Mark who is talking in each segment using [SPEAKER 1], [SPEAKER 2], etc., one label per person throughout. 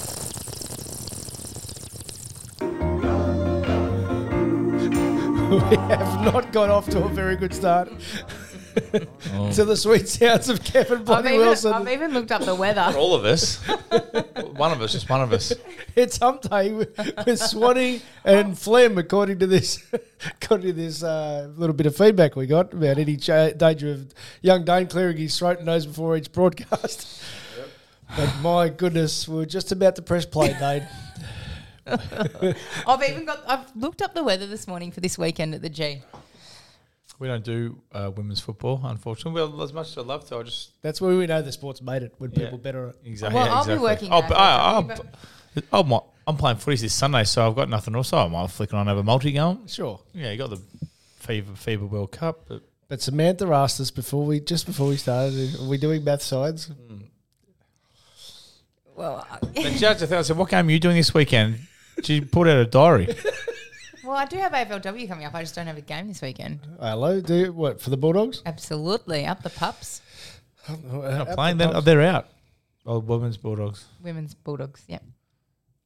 [SPEAKER 1] we have not got off to a very good start. to the sweet sounds of Kevin
[SPEAKER 2] I've
[SPEAKER 1] Bloody
[SPEAKER 2] even,
[SPEAKER 1] Wilson.
[SPEAKER 2] I've even looked up the weather.
[SPEAKER 3] For all of us. one of us, just one of us.
[SPEAKER 1] it's hump day with, with Swanee and Flem, according to this, according to this uh, little bit of feedback we got about any cha- danger of young Dane clearing his throat and nose before each broadcast. But my goodness, we are just about to press play, Dane.
[SPEAKER 2] I've even got. I've looked up the weather this morning for this weekend at the G.
[SPEAKER 3] We don't do uh, women's football, unfortunately. Well, as much as I love to, I just.
[SPEAKER 1] That's where we know the sport's made it when
[SPEAKER 3] Yeah.
[SPEAKER 1] people better.
[SPEAKER 3] Exactly.
[SPEAKER 2] Well,
[SPEAKER 3] yeah,
[SPEAKER 2] I'll be
[SPEAKER 3] exactly.
[SPEAKER 2] working
[SPEAKER 3] Oh,
[SPEAKER 2] that
[SPEAKER 3] but
[SPEAKER 2] day,
[SPEAKER 3] I,
[SPEAKER 2] I'll
[SPEAKER 3] I'm,
[SPEAKER 2] be
[SPEAKER 3] oh, my, I'm playing footies this Sunday, so I've got nothing else. So I might flick on over multi going.
[SPEAKER 1] Sure.
[SPEAKER 3] Yeah, you got the FIBA, FIBA World Cup, but
[SPEAKER 1] But Samantha asked us before we just before we started, are we doing math sides?
[SPEAKER 2] Well, I,
[SPEAKER 3] The judge, I think I said, "What game are you doing this weekend?" She pulled out a diary.
[SPEAKER 2] well, I do have AFLW coming up. I just don't have a game this weekend.
[SPEAKER 1] Hello, do you, what for the Bulldogs?
[SPEAKER 2] Absolutely, up the pups,
[SPEAKER 3] They're not playing. They're, they're out. Oh, women's bulldogs.
[SPEAKER 2] women's bulldogs. Yep,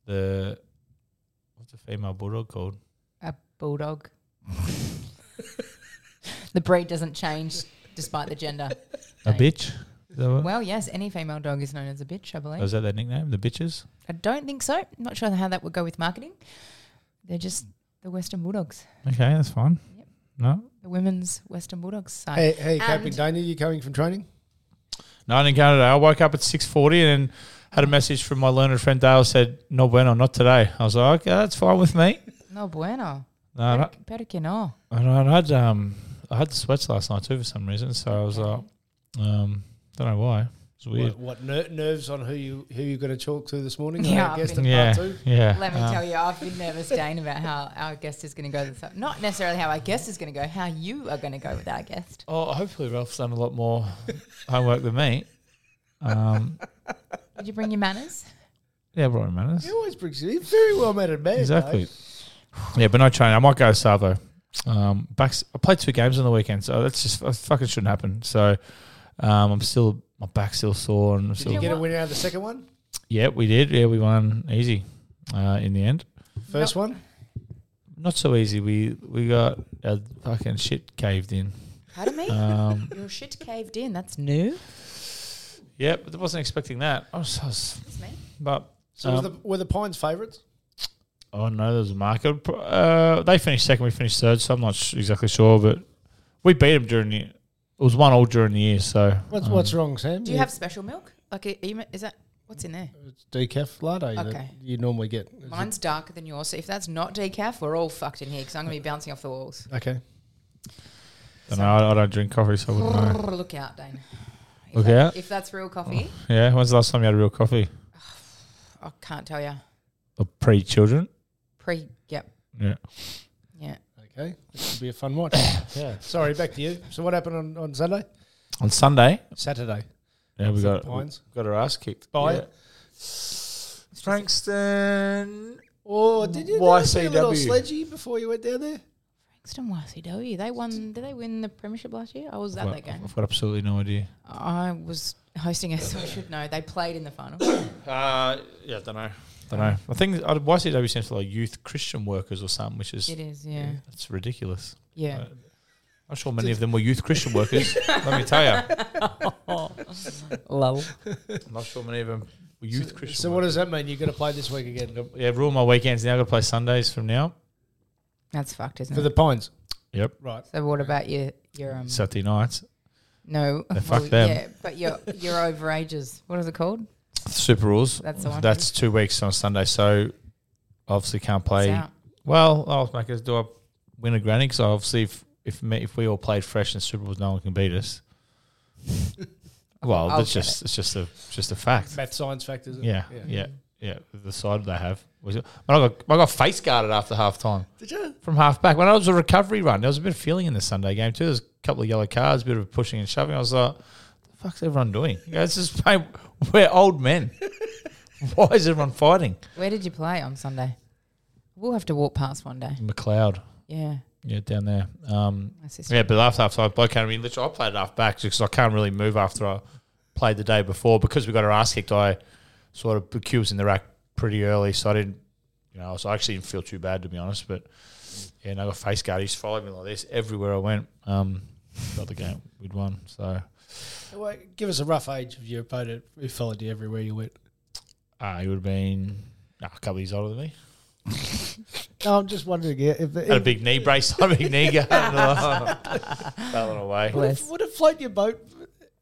[SPEAKER 3] The what's a female bulldog called?
[SPEAKER 2] a bulldog. the breed doesn't change despite the gender.
[SPEAKER 3] A bitch. Is that, what?
[SPEAKER 2] Well, yes, any female dog is known as a bitch, I believe.
[SPEAKER 3] is that their nickname? The bitches.
[SPEAKER 2] I don't think so. Not sure how that would go with marketing. They're just the Western Bulldogs,
[SPEAKER 3] Okay, that's fine. No,
[SPEAKER 2] the women's Western Bulldogs side.
[SPEAKER 1] Hey, hey,
[SPEAKER 3] Um,
[SPEAKER 1] Captain
[SPEAKER 2] And-
[SPEAKER 1] Dana, you coming from training?
[SPEAKER 3] no, I didn't go today. I woke up at six forty and had a message from my learned friend Dale. Said, "No bueno, not today." I was like, "Okay, that's fine with me."
[SPEAKER 2] No bueno.
[SPEAKER 3] No, no,
[SPEAKER 2] Pero- pero que no.
[SPEAKER 3] And I had um, I had the sweats last night too for some reason. So I was like, um, don't know why. It's weird.
[SPEAKER 1] What, what ner- nerves on who you who you're going to talk to this morning?
[SPEAKER 2] Yeah,
[SPEAKER 1] I
[SPEAKER 2] I've
[SPEAKER 1] guess the
[SPEAKER 2] been-
[SPEAKER 3] yeah,
[SPEAKER 1] part two.
[SPEAKER 3] yeah.
[SPEAKER 2] Let me
[SPEAKER 3] Um,
[SPEAKER 2] tell you, I've been nervous, Dane, about how our guest is going to go. This up. Not necessarily how our guest is going to go, how you are going to go with our guest.
[SPEAKER 3] Oh, hopefully Ralph's done a lot more homework than me. Um,
[SPEAKER 2] Did you bring your manners?
[SPEAKER 3] yeah, brought in manners.
[SPEAKER 1] He always brings you. He's a very well mannered man.
[SPEAKER 3] Exactly.
[SPEAKER 1] mate.
[SPEAKER 3] Yeah, but no training. I might go Savo. Um, backs. I played two games on the weekend, so that's just that fucking shouldn't happen. So, um, I'm still my back's still sore and I'm
[SPEAKER 1] Did
[SPEAKER 3] still.
[SPEAKER 1] you get
[SPEAKER 2] Yeah,
[SPEAKER 1] a
[SPEAKER 2] what-
[SPEAKER 1] win out of the second one?
[SPEAKER 3] Yeah, we did. Yeah, we won easy uh, in the end.
[SPEAKER 1] First one?
[SPEAKER 3] Not so easy. We we got our fucking shit caved in.
[SPEAKER 2] Pardon me?
[SPEAKER 3] Um,
[SPEAKER 2] Your shit caved in. That's new.
[SPEAKER 3] yeah, but I wasn't expecting that. I was, I was-
[SPEAKER 2] That's me.
[SPEAKER 3] but
[SPEAKER 1] So
[SPEAKER 3] um,
[SPEAKER 1] was the, were the Pines favourites?
[SPEAKER 3] Oh no, there was a market. Uh, they finished second, we finished third, so I'm not sh- exactly sure, but we beat them during the. It was one all during the year, so um,
[SPEAKER 1] What's, what's wrong, Sam?
[SPEAKER 2] Do you have special milk? Like, are you, ma- is that what's in there?
[SPEAKER 1] It's decaf latte that
[SPEAKER 2] Okay.
[SPEAKER 1] you normally get? Is it-
[SPEAKER 2] Mine's darker than yours. So if that's not decaf, we're all fucked in here because I'm going to be bouncing off the walls.
[SPEAKER 1] okay.
[SPEAKER 3] I, don't know, I, I don't drink coffee, so I wouldn't know.
[SPEAKER 2] Look out, Dane. If
[SPEAKER 3] Look
[SPEAKER 2] that-
[SPEAKER 3] out.
[SPEAKER 2] If that's real coffee,
[SPEAKER 3] Yeah, when's the last time you had a real coffee?
[SPEAKER 2] I can't tell you.
[SPEAKER 3] Or pre children?
[SPEAKER 2] Pre, yep,
[SPEAKER 3] Yeah.
[SPEAKER 2] yeah.
[SPEAKER 1] Okay. This should be a fun watch. yeah. Sorry, back to you. So what happened on, on Sunday?
[SPEAKER 3] On Sunday,
[SPEAKER 1] Saturday.
[SPEAKER 3] yeah, we
[SPEAKER 1] For the
[SPEAKER 3] got
[SPEAKER 1] Pines.
[SPEAKER 3] got our ass kicked
[SPEAKER 1] By-
[SPEAKER 3] yeah. Frankston.
[SPEAKER 1] Oh, did you did you do a little
[SPEAKER 3] YCW.
[SPEAKER 1] sledgy before you went down there?
[SPEAKER 2] Frankston YCW. They won. Did they win the premiership last year? I was at
[SPEAKER 3] Well,
[SPEAKER 2] that game.
[SPEAKER 3] I've got absolutely no idea.
[SPEAKER 2] I was hosting it, so I should know. They played in the final.
[SPEAKER 3] Uh, yeah, don't know. Don't know. I think uh, YCW stands for like youth Christian workers or something, which is
[SPEAKER 2] it is, yeah.
[SPEAKER 3] that's ridiculous.
[SPEAKER 2] Yeah.
[SPEAKER 3] Right. I'm sure many of them were youth Christian workers. Let me tell you,
[SPEAKER 2] Lol.
[SPEAKER 3] I'm not sure many of them were youth Christian.
[SPEAKER 1] So what does that mean? You're going to play this week again
[SPEAKER 3] workers. yeah, rule my weekends now. I've got to play Sundays from now.
[SPEAKER 2] That's fucked, isn't
[SPEAKER 1] for
[SPEAKER 2] it?
[SPEAKER 1] the Pines,
[SPEAKER 3] Yep,
[SPEAKER 1] right?
[SPEAKER 2] so what about your your um
[SPEAKER 3] Saturday nights.
[SPEAKER 2] No,
[SPEAKER 3] Yeah, fuck them.
[SPEAKER 2] Yeah, but you're you're over ages. What is it called?
[SPEAKER 3] Super rules.
[SPEAKER 2] That's the one.
[SPEAKER 3] That's two weeks on Sunday, so obviously can't play.
[SPEAKER 2] out.
[SPEAKER 3] Well, I'll make us do I win a granny? Because obviously, if if me, if we all played fresh and Super Bowls, no one can beat us. well,
[SPEAKER 2] I'll
[SPEAKER 3] it's
[SPEAKER 2] get
[SPEAKER 3] just it's just a just a fact.
[SPEAKER 1] Math science factors.
[SPEAKER 3] Yeah, yeah, yeah. The side they have was it? But I got I got face guarded after half time
[SPEAKER 1] Did you?
[SPEAKER 3] from half back. When I was a recovery run, there was a bit of feeling in the Sunday game too. There's a couple of yellow cards, a bit of pushing and shoving. I was like, the fuck's everyone doing? You guys just playing, we're old men. Why is everyone fighting?
[SPEAKER 2] Where did you play on Sunday? We'll have to walk past one day.
[SPEAKER 3] McLeod.
[SPEAKER 2] Yeah,
[SPEAKER 3] Yeah, down there. Um,
[SPEAKER 2] my sister.
[SPEAKER 3] yeah, but after half time, bloke came to me. Literally, I played it half back because I can't really move after I played the day before because we got our ass kicked. I sort of the cue was in the rack pretty early, so I didn't, you know, so I actually didn't feel too bad to be honest. But yeah, and I got face guard. He just followed me like this everywhere I went. Um, got the game, we'd won. So
[SPEAKER 1] Well, give us a rough age of your opponent who followed you everywhere you went.
[SPEAKER 3] uh, he would have been nah, a couple of years older than me.
[SPEAKER 1] No, I'm just wondering yeah, if,
[SPEAKER 3] Had a
[SPEAKER 1] if
[SPEAKER 3] big knee brace, had a big knee guard, and all. fell away.
[SPEAKER 1] would, it, would it float your boat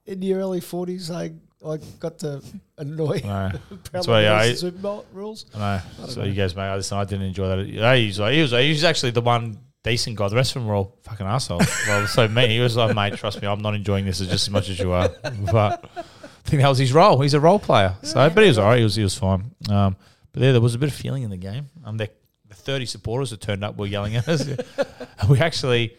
[SPEAKER 1] in the early 40s? Like, I got to annoy.
[SPEAKER 3] No, that's
[SPEAKER 1] That's
[SPEAKER 3] why yeah, I,
[SPEAKER 1] Super Bowl rules.
[SPEAKER 3] I know. So you guys, mate, I listen, I didn't enjoy that. Yeah, He was, like, he was, he was actually the one decent guy. The rest of them were all fucking assholes. well, so me, he was like, mate, trust me, I'm not enjoying this as just as much as you are. But I think that was his role. He's a role player. So, but he was all right. He was, he was fine. Um, but there, there was a bit of feeling in the game. Um, the, the 30 supporters that turned up were yelling at us. And we actually,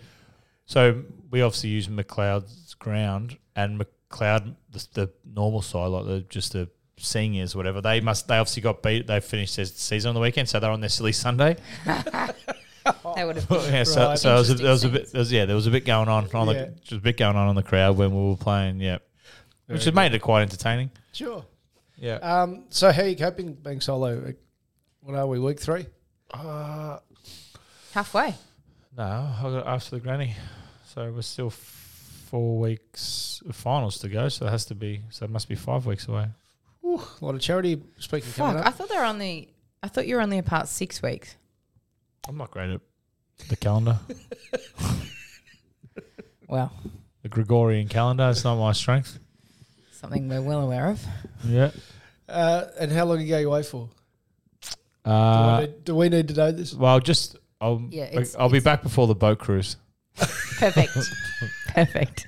[SPEAKER 3] so we obviously used McLeod's ground and McLeod, the, the normal side, like the just the seniors, whatever. They must. They obviously got beat. They finished their season on the weekend, so they're on their silly Sunday.
[SPEAKER 2] They would have.
[SPEAKER 3] yeah, so,
[SPEAKER 1] Right.
[SPEAKER 3] so there was, a, there was a bit. There was, yeah, there was a bit going on. on
[SPEAKER 1] Yeah.
[SPEAKER 3] the, just a bit going on in the crowd when we were playing. Yeah, which has made it quite entertaining.
[SPEAKER 1] Sure.
[SPEAKER 3] Yeah.
[SPEAKER 1] Um, so how are you coping being solo? What are we, week three? Uh,
[SPEAKER 2] halfway.
[SPEAKER 3] No, I got after the granny, so we're still f- four weeks of finals to go. So it has to be. So it must be five weeks away.
[SPEAKER 1] Ooh, a lot of charity speaking
[SPEAKER 2] Fuck!
[SPEAKER 1] coming
[SPEAKER 2] I
[SPEAKER 1] up.
[SPEAKER 2] thought they were only. I thought you were only apart six weeks.
[SPEAKER 3] I'm not great at the calendar.
[SPEAKER 2] Well,
[SPEAKER 3] the Gregorian calendar. It's not my strength.
[SPEAKER 2] something we're well aware of.
[SPEAKER 3] Yeah.
[SPEAKER 1] Uh, and how long are you going away for? Do, I
[SPEAKER 3] Uh,
[SPEAKER 1] need- do we need to know this?
[SPEAKER 3] well, just I'll
[SPEAKER 2] Yeah, it's-
[SPEAKER 3] I'll be back before the boat cruise.
[SPEAKER 2] Perfect. Perfect.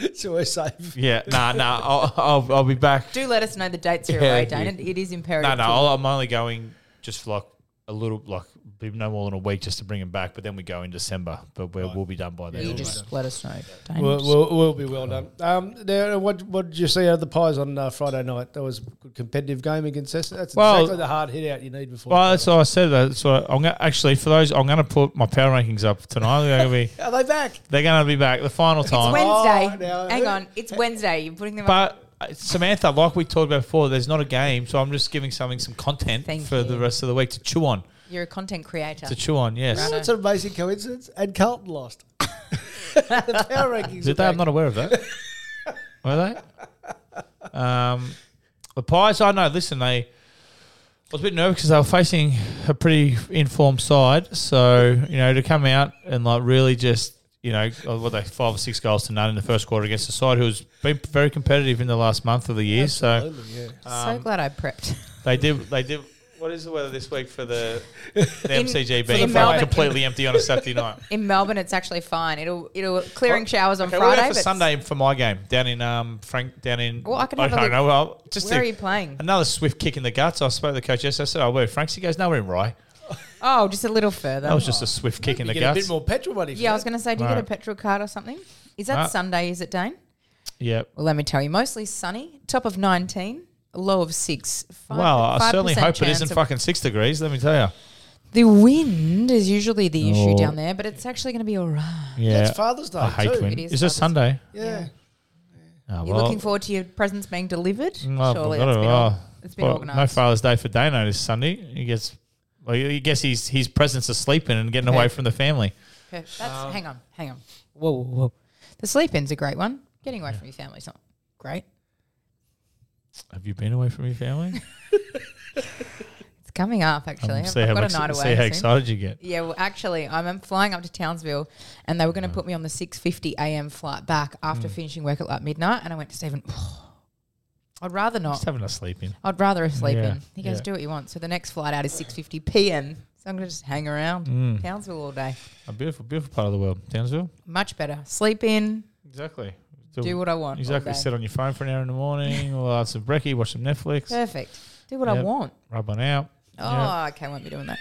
[SPEAKER 1] It's always safe.
[SPEAKER 3] Yeah. Nah. Nah. I'll I'll, I'll be back.
[SPEAKER 2] Do let us know the dates you're
[SPEAKER 3] Yeah,
[SPEAKER 2] away,
[SPEAKER 3] you-
[SPEAKER 2] Dane. It- It is imperative.
[SPEAKER 3] No, no,
[SPEAKER 2] to-
[SPEAKER 3] I'll, I'm only going just for like a little, like be no more than a week just to bring him back. But then we go in December, but we're, we'll be done by then.
[SPEAKER 2] You just let us know, Dane.
[SPEAKER 1] We'll, we'll, we'll be well done. Um, now, what, what did you see out of the Pies on uh, Friday night? That was a good competitive game against us. That's
[SPEAKER 3] Well-
[SPEAKER 1] exactly the hard hit out you need before.
[SPEAKER 3] well, that's what I said. That's what I'm gonna, actually for those. I'm going to put my power rankings up tonight. They're going to be
[SPEAKER 1] are they back?
[SPEAKER 3] they're going to be back the final time.
[SPEAKER 2] It's Wednesday.
[SPEAKER 1] Oh, now-
[SPEAKER 2] Hang on, it's Wednesday. You're putting them up.
[SPEAKER 3] But uh, Samantha, like we talked about before, there's not a game, so I'm just giving something some content
[SPEAKER 2] Thank
[SPEAKER 3] for the
[SPEAKER 2] you.
[SPEAKER 3] rest of the week to chew on.
[SPEAKER 2] You're a content creator.
[SPEAKER 3] To chew on, yes.
[SPEAKER 2] Right.
[SPEAKER 1] That's an amazing coincidence. And Carlton lost. the power rankings.
[SPEAKER 3] Did they? I'm not aware of that. Were they? Um, the Pies, I know. Listen, they. I was a bit nervous because they were facing a pretty informed side, so you know to come out and like really just you know oh, what they five or six goals to none in the first quarter against a side who's been very competitive in the last month of the year. So um,
[SPEAKER 2] so glad I prepped.
[SPEAKER 3] they did. They did. What is the weather this week for the, the
[SPEAKER 2] In-
[SPEAKER 3] MCG
[SPEAKER 2] for the
[SPEAKER 3] being
[SPEAKER 2] Melbourne-
[SPEAKER 3] completely empty on a Saturday night?
[SPEAKER 2] In Melbourne, it's actually fine. It'll it'll clearing showers on
[SPEAKER 3] Okay, what
[SPEAKER 2] Friday.
[SPEAKER 3] about for
[SPEAKER 2] but
[SPEAKER 3] Sunday for my game down in um Frank down in?
[SPEAKER 2] Well, I can have a
[SPEAKER 3] don't
[SPEAKER 2] look.
[SPEAKER 3] know. Well, just
[SPEAKER 2] Where
[SPEAKER 3] to-
[SPEAKER 2] are you playing?
[SPEAKER 3] Another swift kick in the guts. I spoke to the coach yesterday. I said, "Oh, where Franks?" He goes, "No, we're in Rye."
[SPEAKER 2] Oh, just a little further.
[SPEAKER 3] That was just a swift kick in
[SPEAKER 1] You
[SPEAKER 3] the
[SPEAKER 1] get a bit
[SPEAKER 3] guts.
[SPEAKER 1] more petrol money. for
[SPEAKER 2] yeah, I
[SPEAKER 1] that.
[SPEAKER 2] was going to say, do you get a
[SPEAKER 3] Right.
[SPEAKER 2] petrol card or something? Is that
[SPEAKER 3] Nah.
[SPEAKER 2] Sunday? Is it Dane?
[SPEAKER 3] Yep.
[SPEAKER 2] Well, let me tell you, mostly sunny. Top of nineteen, a low of six. Five,
[SPEAKER 3] Well, I
[SPEAKER 2] 5%
[SPEAKER 3] certainly hope it
[SPEAKER 2] chance
[SPEAKER 3] isn't
[SPEAKER 2] of-
[SPEAKER 3] fucking six degrees. Let me tell
[SPEAKER 2] The wind is usually the issue
[SPEAKER 3] Oh.
[SPEAKER 2] down there, but it's actually going to be all right.
[SPEAKER 3] you. Yeah.
[SPEAKER 1] It's Father's Day.
[SPEAKER 3] I hate
[SPEAKER 1] too.
[SPEAKER 3] wind.
[SPEAKER 2] It is
[SPEAKER 3] Is this
[SPEAKER 2] Father's
[SPEAKER 3] Sunday?
[SPEAKER 1] Yeah.
[SPEAKER 3] Oh,
[SPEAKER 2] You're
[SPEAKER 3] well,
[SPEAKER 2] looking forward to your presents being delivered.
[SPEAKER 3] I've
[SPEAKER 2] Surely
[SPEAKER 3] got
[SPEAKER 2] that's
[SPEAKER 3] it.
[SPEAKER 2] been,
[SPEAKER 3] Oh.
[SPEAKER 2] or- it's been
[SPEAKER 3] Well,
[SPEAKER 2] organised.
[SPEAKER 3] No Father's Day for Dano this Sunday. He gets. Well, you guess he's his presence is sleeping and getting away
[SPEAKER 2] Perfect.
[SPEAKER 3] from the family.
[SPEAKER 2] Okay, That's, hang on, hang on. Um, Whoa, whoa, whoa. The sleep in's a great one. Getting away from your family's not great.
[SPEAKER 3] Have you been away from your family?
[SPEAKER 2] It's coming up,
[SPEAKER 3] Um,
[SPEAKER 2] actually. I've,
[SPEAKER 3] see
[SPEAKER 2] I've
[SPEAKER 3] how,
[SPEAKER 2] got
[SPEAKER 3] ex-
[SPEAKER 2] a night
[SPEAKER 3] see
[SPEAKER 2] away.
[SPEAKER 3] how
[SPEAKER 2] soon.
[SPEAKER 3] excited you get.
[SPEAKER 2] Yeah, well, actually, I'm, I'm flying up to Townsville, and they were going to put me on the 6:50 a.m. flight back
[SPEAKER 3] Mm.
[SPEAKER 2] after finishing work at like midnight. And I went to Stephen. I'd rather
[SPEAKER 3] Just
[SPEAKER 2] not.
[SPEAKER 3] having a sleep in.
[SPEAKER 2] I'd rather a sleep
[SPEAKER 3] Yeah,
[SPEAKER 2] in. He goes,
[SPEAKER 3] yeah.
[SPEAKER 2] do what you want. So the next flight out is 6:50 p.m. So I'm going to just hang around
[SPEAKER 3] Mm.
[SPEAKER 2] Townsville all day.
[SPEAKER 3] A beautiful, beautiful part of the world. Townsville.
[SPEAKER 2] Much better. Sleep in.
[SPEAKER 3] Exactly.
[SPEAKER 2] Do what I want all
[SPEAKER 3] Exactly.
[SPEAKER 2] day.
[SPEAKER 3] Sit on your phone for an hour in the morning, or have some brekkie, watch some Netflix,
[SPEAKER 2] Perfect. Do what I
[SPEAKER 3] Yep.
[SPEAKER 2] want.
[SPEAKER 3] rub one out.
[SPEAKER 2] Oh,
[SPEAKER 3] Yeah.
[SPEAKER 2] okay. I won't be doing that.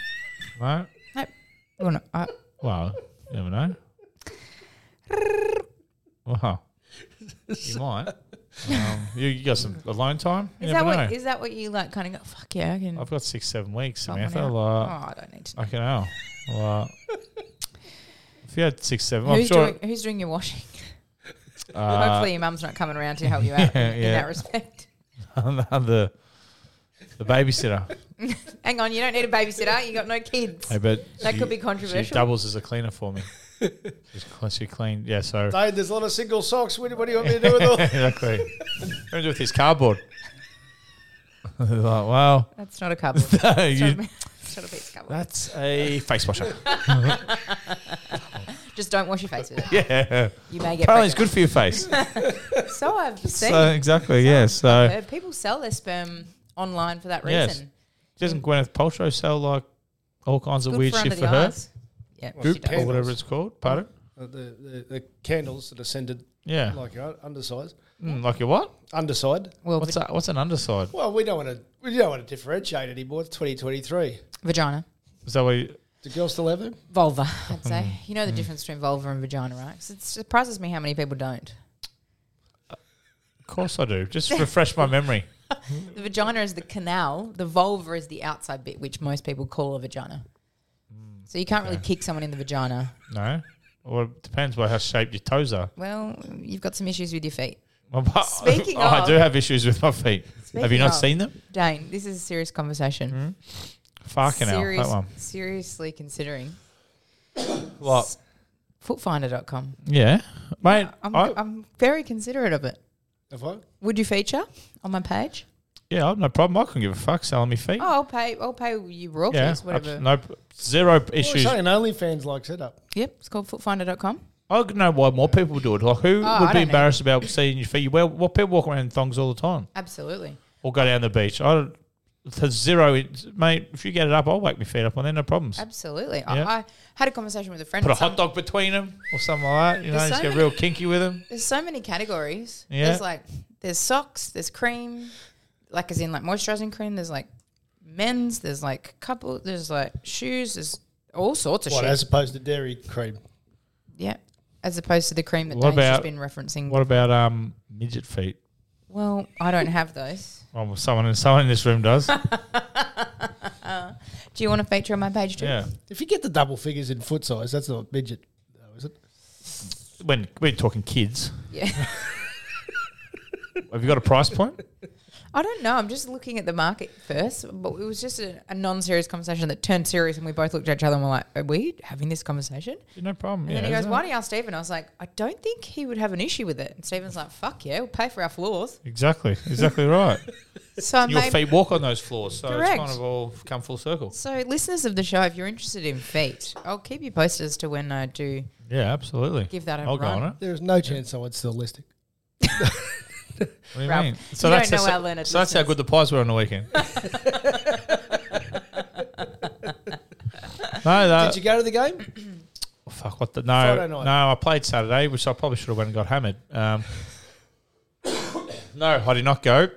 [SPEAKER 3] No?
[SPEAKER 2] Nope. Well, no, Uh, I-
[SPEAKER 3] Well, you never know. Wow. You might. Um, you, you got some alone time? You
[SPEAKER 2] is that
[SPEAKER 3] never
[SPEAKER 2] what?
[SPEAKER 3] know.
[SPEAKER 2] Is that what you like? Kind of go. Fuck yeah, I can.
[SPEAKER 3] I've got six, seven weeks,
[SPEAKER 2] bump one
[SPEAKER 3] Samantha.
[SPEAKER 2] out."
[SPEAKER 3] Like,
[SPEAKER 2] oh, I don't need to. Know.
[SPEAKER 3] I can know. Like, if you had six, seven, I'm
[SPEAKER 2] Who's,
[SPEAKER 3] sure.
[SPEAKER 2] doing, who's doing your washing?
[SPEAKER 3] uh,
[SPEAKER 2] Hopefully, your mum's not coming around to help you out
[SPEAKER 3] Yeah,
[SPEAKER 2] in, in
[SPEAKER 3] yeah.
[SPEAKER 2] that respect.
[SPEAKER 3] the, the babysitter.
[SPEAKER 2] Hang on, you don't need a babysitter. You got no kids.
[SPEAKER 3] Hey, but
[SPEAKER 2] That
[SPEAKER 3] she-
[SPEAKER 2] could be controversial.
[SPEAKER 3] She doubles as a cleaner for me. She's cl- she clean. Yeah, so
[SPEAKER 1] Dave, there's a lot of single socks. What, do- what do you want me to do with all?
[SPEAKER 3] exactly. What do you do with his cardboard? like, wow,
[SPEAKER 2] That's not a cupboard. It's not, a,
[SPEAKER 3] You-
[SPEAKER 2] it's not a piece of cupboard.
[SPEAKER 3] that's a face washer.
[SPEAKER 2] Just don't wash your face with it.
[SPEAKER 3] yeah,
[SPEAKER 2] You may get.
[SPEAKER 3] apparently
[SPEAKER 2] Pregnant.
[SPEAKER 3] it's good for your face.
[SPEAKER 2] So I've seen.
[SPEAKER 3] so exactly, yeah. So
[SPEAKER 2] Uh, people sell their sperm online for that
[SPEAKER 3] Yes.
[SPEAKER 2] reason.
[SPEAKER 3] doesn't Gwyneth Paltrow sell like all kinds of
[SPEAKER 2] Good
[SPEAKER 3] weird
[SPEAKER 2] for
[SPEAKER 3] shit
[SPEAKER 2] under
[SPEAKER 3] for
[SPEAKER 2] the
[SPEAKER 3] her?
[SPEAKER 2] eyes. Yeah, she
[SPEAKER 3] Goop
[SPEAKER 2] does.
[SPEAKER 3] or whatever it's called. Pardon?
[SPEAKER 1] Uh, the, the, the candles that are scented
[SPEAKER 3] Yeah, like,
[SPEAKER 1] like your underside.
[SPEAKER 3] mm, like your what?
[SPEAKER 1] Underside.
[SPEAKER 2] Well,
[SPEAKER 3] What's
[SPEAKER 2] va-
[SPEAKER 3] a, what's an underside?
[SPEAKER 1] Well, we don't want to. We don't want to differentiate anymore. It's 2023.
[SPEAKER 2] vagina,
[SPEAKER 3] Is that what? You,
[SPEAKER 1] Do girls still have them?
[SPEAKER 2] vulva. Mm. I'd say you know the difference between vulva and vagina, right? 'Cause it surprises me how many people don't.
[SPEAKER 3] of course I do. Just refresh my memory.
[SPEAKER 2] The vagina is the canal. The vulva is the outside bit, which most people call a vagina. So you can't really kick someone in the vagina.
[SPEAKER 3] No. Well, it depends by how shaped your toes are.
[SPEAKER 2] Well, you've got some issues with your feet.
[SPEAKER 3] My pa-
[SPEAKER 2] Speaking
[SPEAKER 3] I
[SPEAKER 2] of-
[SPEAKER 3] do have issues with my feet. have you
[SPEAKER 2] Speaking
[SPEAKER 3] not
[SPEAKER 2] of-
[SPEAKER 3] seen them?
[SPEAKER 2] Dane, this is a serious conversation.
[SPEAKER 3] Fucking hell,
[SPEAKER 2] Serious-
[SPEAKER 3] that one.
[SPEAKER 2] Seriously considering
[SPEAKER 3] Like,
[SPEAKER 2] footfinder.com.
[SPEAKER 3] yeah, mate.
[SPEAKER 2] I'm,
[SPEAKER 3] I,
[SPEAKER 2] I'm very considerate of it.
[SPEAKER 1] Have I?
[SPEAKER 2] Would you feature on my page?
[SPEAKER 3] yeah, I've no problem. I couldn't give a fuck selling me feet.
[SPEAKER 2] Oh, I'll pay. I'll pay you royalties,
[SPEAKER 3] yeah,
[SPEAKER 2] whatever. Oh,
[SPEAKER 3] abs- no zero issues.
[SPEAKER 1] Well, saying OnlyFans like setup.
[SPEAKER 2] Yep, it's called footfinder.com.
[SPEAKER 3] I don't know why more people do it. Like, who
[SPEAKER 2] Oh, I
[SPEAKER 3] would
[SPEAKER 2] don't
[SPEAKER 3] be
[SPEAKER 2] know.
[SPEAKER 3] embarrassed about seeing your feet? You wear, what people walk around in thongs all the time,
[SPEAKER 2] Absolutely.
[SPEAKER 3] or go down the beach. I don't. There's zero, it- mate. If you get it up, I'll wake my feet up on there. No problems.
[SPEAKER 2] Absolutely.
[SPEAKER 3] Yeah.
[SPEAKER 2] I, I had a conversation with a friend.
[SPEAKER 3] Put a
[SPEAKER 2] some-
[SPEAKER 3] hot dog between them or something like that. You know,
[SPEAKER 2] There's
[SPEAKER 3] just
[SPEAKER 2] so
[SPEAKER 3] get
[SPEAKER 2] many-
[SPEAKER 3] real kinky with them.
[SPEAKER 2] There's so many categories.
[SPEAKER 3] Yeah.
[SPEAKER 2] There's like there's socks, there's cream, like as in like moisturizing cream. There's like men's. There's like couple. There's like shoes. There's all sorts of
[SPEAKER 1] What,
[SPEAKER 2] shit.
[SPEAKER 1] as opposed to dairy cream?
[SPEAKER 2] yeah. As opposed to the cream that
[SPEAKER 3] What
[SPEAKER 2] Dane's just
[SPEAKER 3] about-
[SPEAKER 2] been referencing.
[SPEAKER 3] What about um midget feet? Oh,
[SPEAKER 2] Well, I don't have those.
[SPEAKER 3] Well, someone in someone in this room does.
[SPEAKER 2] Do you want to feature on my page too?
[SPEAKER 3] yeah.
[SPEAKER 1] If you get the double figures in foot size, that's not midget, though, is it?
[SPEAKER 3] When we're talking kids,
[SPEAKER 2] Yeah.
[SPEAKER 3] have you got a price point?
[SPEAKER 2] I don't know. I'm just looking at the market first, but it was just a, a non-serious conversation that turned serious, and we both looked at each other and were like, "Are we having this conversation?"
[SPEAKER 3] No problem.
[SPEAKER 2] And
[SPEAKER 3] yeah,
[SPEAKER 2] then he goes,
[SPEAKER 3] isn't
[SPEAKER 2] "Why
[SPEAKER 3] it?
[SPEAKER 2] do you ask Stephen?" I was like, "I don't think he would have an issue with it." And Stephen's like, "Fuck yeah, we'll pay for our floors."
[SPEAKER 3] Exactly. Exactly right.
[SPEAKER 2] So I
[SPEAKER 3] Your
[SPEAKER 2] made,
[SPEAKER 3] feet walk on those floors, so
[SPEAKER 2] Correct.
[SPEAKER 3] it's kind of all come full circle.
[SPEAKER 2] so listeners of the show, if you're interested in feet, I'll keep you posted as to when I do.
[SPEAKER 3] Yeah, absolutely.
[SPEAKER 2] Give that a
[SPEAKER 3] I'll
[SPEAKER 2] run.
[SPEAKER 3] go on it.
[SPEAKER 1] There is no chance someone's stilistic.
[SPEAKER 3] What do you
[SPEAKER 2] Ralph,
[SPEAKER 3] mean?
[SPEAKER 2] you
[SPEAKER 3] So
[SPEAKER 2] don't
[SPEAKER 3] that's
[SPEAKER 2] know
[SPEAKER 3] so,
[SPEAKER 2] our Leonard
[SPEAKER 3] so that's how
[SPEAKER 2] listeners.
[SPEAKER 3] good the pies were on the weekend. no, that, Uh,
[SPEAKER 1] Did you go to the game?
[SPEAKER 3] Oh, fuck what the
[SPEAKER 1] Friday
[SPEAKER 3] no
[SPEAKER 1] night.
[SPEAKER 3] no I played Saturday which I probably should have went and got hammered um, no I did not go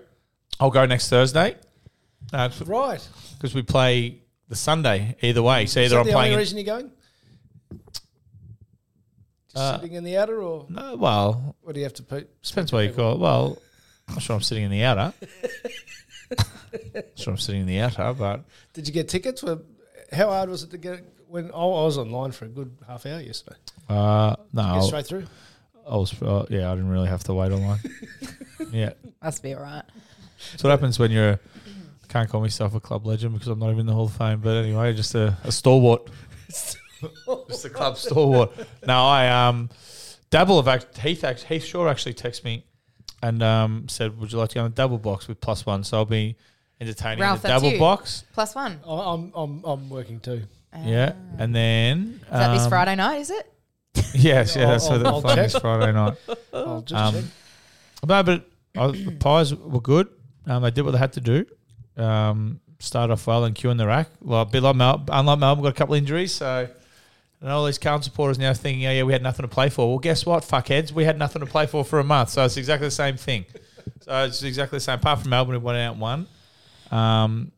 [SPEAKER 3] I'll go next Thursday because
[SPEAKER 1] Right.
[SPEAKER 3] we play the Sunday either way so
[SPEAKER 1] Is
[SPEAKER 3] either
[SPEAKER 1] that
[SPEAKER 3] I'm
[SPEAKER 1] the only
[SPEAKER 3] playing in-
[SPEAKER 1] reason you're going? Just
[SPEAKER 3] Uh,
[SPEAKER 1] sitting in the outer, or
[SPEAKER 3] no well
[SPEAKER 1] what do you have to put?
[SPEAKER 3] depends what you call it well I'm not sure I'm sitting in the outer Not sure I'm sitting in the outer but
[SPEAKER 1] Did you get tickets? Were- How hard was it to get? When oh, I was online for a good half hour yesterday,
[SPEAKER 3] uh,
[SPEAKER 1] Get
[SPEAKER 3] no
[SPEAKER 1] straight through.
[SPEAKER 3] I was uh, yeah I didn't really have to wait online yeah
[SPEAKER 2] Must be all right.
[SPEAKER 3] So what happens when you're a, can't call myself a club legend because I'm not even in the Hall of Fame, but anyway, just a, a stalwart. just a club stalwart. Now I um Dabble have act, Heath act, Heath Shaw actually texted me and um said, Would you like to go on a double box with plus one? So I'll be entertaining
[SPEAKER 2] Ralph,
[SPEAKER 3] the
[SPEAKER 2] that's
[SPEAKER 3] double
[SPEAKER 2] you.
[SPEAKER 3] box.
[SPEAKER 2] Plus one.
[SPEAKER 1] I- I'm, I'm, I'm working too.
[SPEAKER 3] Yeah, and then
[SPEAKER 2] Ah. Is that this
[SPEAKER 3] um,
[SPEAKER 2] Friday night, is it?
[SPEAKER 3] Yes, yeah,
[SPEAKER 1] I'll-
[SPEAKER 3] that's what
[SPEAKER 1] I'll-
[SPEAKER 3] they're
[SPEAKER 1] I'll
[SPEAKER 3] playing
[SPEAKER 1] check.
[SPEAKER 3] this Friday night.
[SPEAKER 1] I'll just
[SPEAKER 3] Um,
[SPEAKER 1] check.
[SPEAKER 3] No, but uh, the pies were good. Um, they did what they had to do. Um, started off well and queuing the rack. Well, a bit like Mel- unlike Melbourne, got a couple injuries, so. And all these Carlton supporters now thinking, oh, yeah, we had nothing to play for. Well, guess what, fuckheads? We had nothing to play for for a month. So it's exactly the same thing. So it's exactly the same. Apart from Melbourne, who went out and won. Um,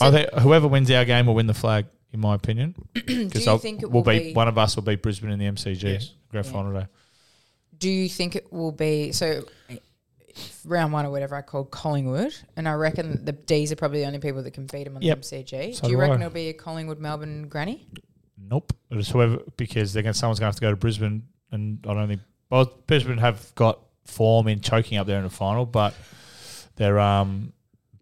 [SPEAKER 3] I think whoever wins our game will win the flag, in my opinion.
[SPEAKER 2] Do
[SPEAKER 3] Because
[SPEAKER 2] you think it will
[SPEAKER 3] we'll
[SPEAKER 2] be,
[SPEAKER 3] beat one of us will beat Brisbane in the MCG grand final day.
[SPEAKER 2] Do you think it will be so? Round one or whatever I called Collingwood, and I reckon the D's are probably the only people that can beat them on
[SPEAKER 3] Yep.
[SPEAKER 2] the MCG.
[SPEAKER 3] So
[SPEAKER 2] do you
[SPEAKER 3] do
[SPEAKER 2] reckon
[SPEAKER 3] I.
[SPEAKER 2] it'll be a Collingwood Melbourne granny?
[SPEAKER 3] Nope. It's whoever because they're going someone's going to have to go to Brisbane, and I don't think well Brisbane have got form in choking up there in the final, but they're um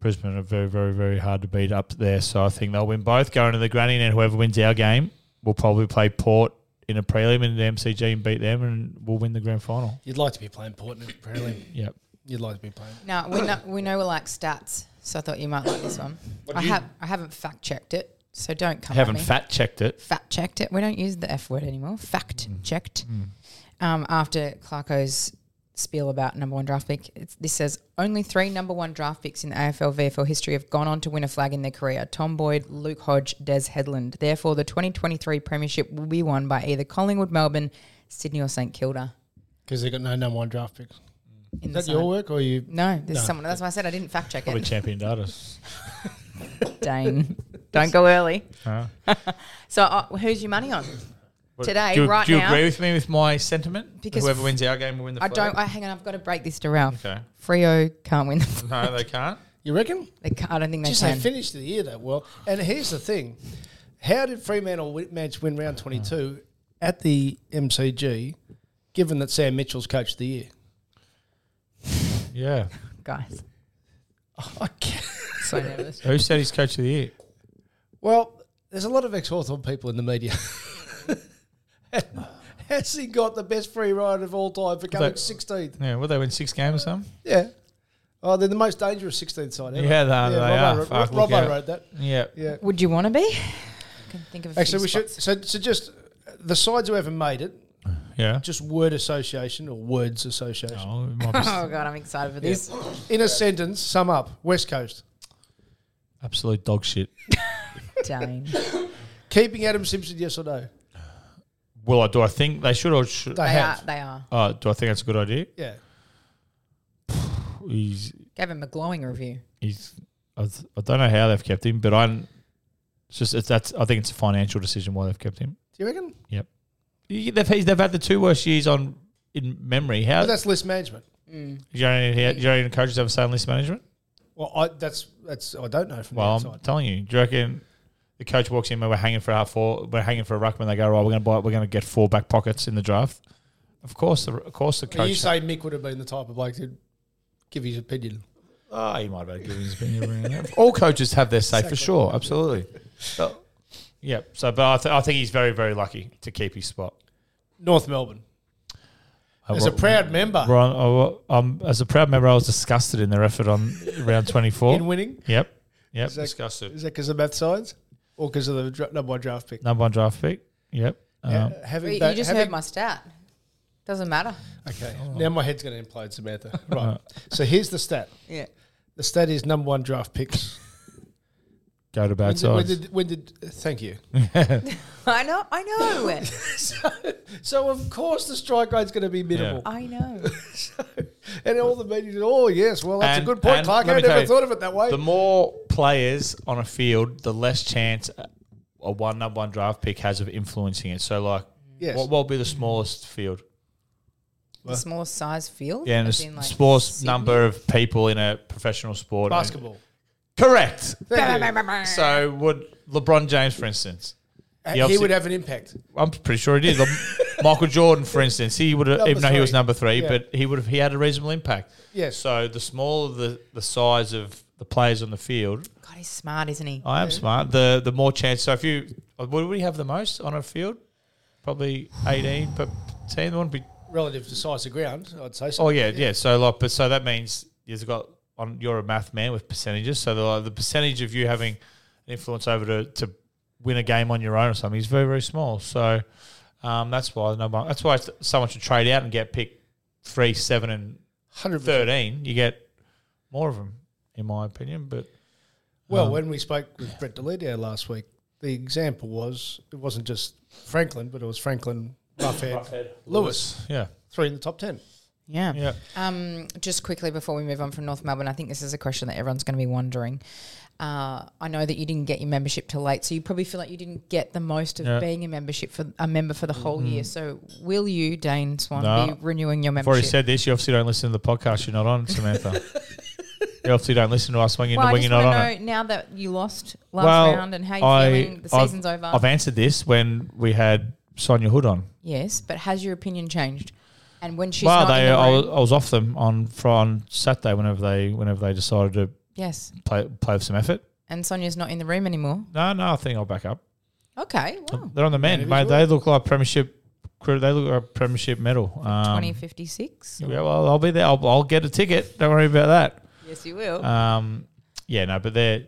[SPEAKER 3] Brisbane are very very very hard to beat up there. So I think they'll win both going to the granny, and then whoever wins our game will probably play Port in a prelim in the MCG and beat them, and we'll win the grand final.
[SPEAKER 1] You'd like to be playing Port in a prelim.
[SPEAKER 3] Yep.
[SPEAKER 1] You'd like to be playing.
[SPEAKER 2] No, we know we know we like stats, so I thought you might like this one. I have I haven't fact checked it, so don't come.
[SPEAKER 3] Haven't
[SPEAKER 2] at me.
[SPEAKER 3] fat checked it.
[SPEAKER 2] fact checked it. We don't use the F word anymore. Fact checked. Um, after Clarko's spiel about number one draft pick, it's, this says only three number one draft picks in AFL VFL history have gone on to win a flag in their career Tom Boyd, Luke Hodge, Des Headland. Therefore, the 2023 Premiership will be won by either Collingwood, Melbourne, Sydney, or St Kilda.
[SPEAKER 1] Because they've got no number one draft picks.
[SPEAKER 2] In
[SPEAKER 1] Is that
[SPEAKER 2] the
[SPEAKER 1] your
[SPEAKER 2] side.
[SPEAKER 1] work or you?
[SPEAKER 2] No, there's someone. That's why I said I didn't fact check
[SPEAKER 3] Probably
[SPEAKER 2] it.
[SPEAKER 3] champion data.
[SPEAKER 2] Dane, don't go early.
[SPEAKER 3] Huh?
[SPEAKER 2] So, uh, who's your money on today?
[SPEAKER 3] do you,
[SPEAKER 2] right
[SPEAKER 3] do you
[SPEAKER 2] now,
[SPEAKER 3] agree with me with my sentiment?
[SPEAKER 2] Because
[SPEAKER 3] whoever wins our game will win the
[SPEAKER 2] I
[SPEAKER 3] flag.
[SPEAKER 2] don't. I, hang on, I've got to break this to Ralph.
[SPEAKER 3] Okay.
[SPEAKER 2] Frio can't win. the
[SPEAKER 3] No, they can't.
[SPEAKER 1] You reckon?
[SPEAKER 2] They ca I don't think they
[SPEAKER 1] Just they
[SPEAKER 2] can.
[SPEAKER 1] finished the year that well. And here's the thing: how did Fremantle win- match win round 22 at the MCG, given that Sam Mitchell's coached the year?
[SPEAKER 3] Yeah.
[SPEAKER 2] Guys,
[SPEAKER 1] I can't.
[SPEAKER 2] so nervous.
[SPEAKER 3] Who Oh, said he's coach of the year?
[SPEAKER 1] Well, there's a lot of ex Hawthorn people in the media. Has he got the best free ride of all time for coming
[SPEAKER 3] That-
[SPEAKER 1] 16th?
[SPEAKER 3] Yeah, what they win six games or something?
[SPEAKER 1] Yeah. Oh, they're the most dangerous 16th side ever.
[SPEAKER 3] Yeah, they are, they
[SPEAKER 1] Robbo
[SPEAKER 3] are.
[SPEAKER 1] wrote-
[SPEAKER 3] Fuck,
[SPEAKER 1] Robbo
[SPEAKER 3] look at it.
[SPEAKER 1] wrote that.
[SPEAKER 3] Yeah.
[SPEAKER 1] Yeah.
[SPEAKER 2] Would you want to be? I can think of a
[SPEAKER 1] Actually,
[SPEAKER 2] few
[SPEAKER 1] we should.
[SPEAKER 2] spots.
[SPEAKER 1] So, so just uh, the sides who haven't made it,
[SPEAKER 3] Yeah.
[SPEAKER 1] just word association or words association.
[SPEAKER 3] Oh, it might be s-
[SPEAKER 2] Oh god, I'm excited for this.
[SPEAKER 1] In a sentence, sum up West Coast.
[SPEAKER 3] absolute dog shit.
[SPEAKER 2] Dane,
[SPEAKER 1] Keeping Adam Simpson, yes or no?
[SPEAKER 3] Well, I- do I think they should or should?
[SPEAKER 1] They
[SPEAKER 2] they are.
[SPEAKER 1] have.
[SPEAKER 2] They are.
[SPEAKER 3] Uh, do I think that's a good idea?
[SPEAKER 1] Yeah.
[SPEAKER 3] He's,
[SPEAKER 2] Gave him a glowing review.
[SPEAKER 3] he's. I th- I don't know how they've kept him, but I'm. It's just it's, that's. I think it's a financial decision why they've kept him.
[SPEAKER 1] Do you reckon?
[SPEAKER 3] Yep. You- They've he's- they've had the two worst years on in memory. How
[SPEAKER 1] But that's list management.
[SPEAKER 3] Jerry and coaches have a say on list management?
[SPEAKER 1] Well, I, that's that's I don't know from
[SPEAKER 3] Well,
[SPEAKER 1] the
[SPEAKER 3] I'm
[SPEAKER 1] outside.
[SPEAKER 3] telling you. Do you reckon the coach walks in and we're hanging for our four? We're hanging for a ruckman. They go, right, we're going to buy. We're going to get four back pockets in the draft. Of course, the, of course, the
[SPEAKER 1] But you
[SPEAKER 3] coach.
[SPEAKER 1] say Mick would have been the type of bloke to give his opinion.
[SPEAKER 3] oh, he might have had his opinion. All coaches have their say for sure. Absolutely. So, yeah. So, but I, th- I think he's very, very lucky to keep his spot.
[SPEAKER 1] North Melbourne. As a
[SPEAKER 3] Uh,
[SPEAKER 1] proud member
[SPEAKER 3] We're on, uh, um, as a proud member, I was disgusted in their effort on round twenty-four.
[SPEAKER 1] in winning,
[SPEAKER 3] yep. Yep.
[SPEAKER 1] that-
[SPEAKER 3] Disgusted.
[SPEAKER 1] is that because of math sides or because of the dra- number one draft pick?
[SPEAKER 3] Number one draft pick. Yep.
[SPEAKER 1] Yeah,
[SPEAKER 3] Um,
[SPEAKER 1] having
[SPEAKER 2] Wait,
[SPEAKER 1] ba-
[SPEAKER 2] you just
[SPEAKER 1] having-
[SPEAKER 2] heard my stat. Doesn't matter.
[SPEAKER 1] Okay,
[SPEAKER 3] Oh.
[SPEAKER 1] now my head's going to implode, Samantha.
[SPEAKER 3] Uh-huh.
[SPEAKER 1] Right. so here's the stat.
[SPEAKER 2] Yeah.
[SPEAKER 1] The stat is number one draft picks.
[SPEAKER 3] Go to
[SPEAKER 1] When
[SPEAKER 3] bad
[SPEAKER 1] did, when
[SPEAKER 3] sides.
[SPEAKER 1] did, when did- thank you.
[SPEAKER 2] I know. I know.
[SPEAKER 1] So of course the strike rate's going to be minimal,
[SPEAKER 2] I know.
[SPEAKER 1] and all the media. Oh yes, well that's
[SPEAKER 3] And-
[SPEAKER 1] a good point,
[SPEAKER 3] and
[SPEAKER 1] Clark.
[SPEAKER 3] let
[SPEAKER 1] I
[SPEAKER 3] me tell
[SPEAKER 1] never
[SPEAKER 3] you,
[SPEAKER 1] thought of it that way.
[SPEAKER 3] The more players on a field, the less chance a one number one draft pick has of influencing it. So, like,
[SPEAKER 1] Yes.
[SPEAKER 3] what what will be the smallest field?
[SPEAKER 2] the smallest size field.
[SPEAKER 3] Yeah, and the
[SPEAKER 2] as
[SPEAKER 3] s-
[SPEAKER 2] in, like,
[SPEAKER 3] smallest
[SPEAKER 2] Sydney.
[SPEAKER 3] number of people in a professional sport.
[SPEAKER 1] Basketball.
[SPEAKER 3] Correct.
[SPEAKER 1] Thank you.
[SPEAKER 3] So, would LeBron James, for instance,
[SPEAKER 1] And
[SPEAKER 3] He
[SPEAKER 1] he
[SPEAKER 3] obviously-
[SPEAKER 1] would have an impact.
[SPEAKER 3] I'm pretty sure he did. Le- Michael Jordan, for instance, he would have,
[SPEAKER 1] Number
[SPEAKER 3] even though he was
[SPEAKER 1] three.
[SPEAKER 3] number three,
[SPEAKER 1] Yeah.
[SPEAKER 3] but he would have he had a reasonable impact.
[SPEAKER 1] Yes.
[SPEAKER 3] So the smaller the, the size of the players on the field,
[SPEAKER 2] God, he's smart, isn't he?
[SPEAKER 3] I am smart. The the more chance. So if you, uh, what do we have the most on a field? Probably eighteen per team. Wouldn't be.
[SPEAKER 1] Relative to size of ground, I'd say so.
[SPEAKER 3] Oh yeah, yeah. So like, but so that means you've got. on you're a math man with percentages. So the, the percentage of you having influence over to, to win a game on your own or something is very very small. So um, that's why the number. That's why it's- someone should trade out and get pick three, seven, and
[SPEAKER 1] 100%.
[SPEAKER 3] thirteen. You get more of them, in my opinion. But
[SPEAKER 1] Well,
[SPEAKER 3] Uh-huh.
[SPEAKER 1] when we spoke with Brett Delidio last week, the example was it wasn't just Franklin, but it was Franklin, Buffhead, Lewis,
[SPEAKER 3] yeah,
[SPEAKER 1] three in the top 10.
[SPEAKER 2] Yeah.
[SPEAKER 3] yeah.
[SPEAKER 2] Um, just quickly before we move on from North Melbourne, I think this is a question that everyone's going to be wondering. Uh, I know that you didn't get your membership till late, so you probably feel like you didn't get the most of
[SPEAKER 3] Yeah.
[SPEAKER 2] being a membership for a member for the whole year. So, will you, Dane Swan,
[SPEAKER 3] No.
[SPEAKER 2] be renewing your
[SPEAKER 3] I've already
[SPEAKER 2] membership?
[SPEAKER 3] said this. You obviously don't listen to the podcast. You're not on, Samantha. you obviously don't listen to us when you're,
[SPEAKER 2] well, I
[SPEAKER 3] when
[SPEAKER 2] just
[SPEAKER 3] you're not
[SPEAKER 2] want
[SPEAKER 3] on
[SPEAKER 2] to
[SPEAKER 3] it.
[SPEAKER 2] know now that you lost last round and how you're
[SPEAKER 3] I-
[SPEAKER 2] feeling. The
[SPEAKER 3] I've-
[SPEAKER 2] season's over.
[SPEAKER 3] I've answered this when we had Sonia Hood on.
[SPEAKER 2] yes, but has your opinion changed? And when she's
[SPEAKER 3] well,
[SPEAKER 2] not in
[SPEAKER 3] they
[SPEAKER 2] the
[SPEAKER 3] I, was,
[SPEAKER 2] room,
[SPEAKER 3] I was off them on Fri- on Saturday whenever they whenever they decided to
[SPEAKER 2] yes,
[SPEAKER 3] play play with some effort.
[SPEAKER 2] and Sonia's not in the room anymore.
[SPEAKER 3] No, no, I think I'll back up.
[SPEAKER 2] Okay, wow.
[SPEAKER 3] They're on the men, mate. They look like premiership. cri- They look like premiership medal. Um,
[SPEAKER 2] 2056.
[SPEAKER 3] yeah, well, I'll be there. I'll, I'll get a ticket. Don't worry about that.
[SPEAKER 2] Yes, you will.
[SPEAKER 3] Um, yeah, no, but they're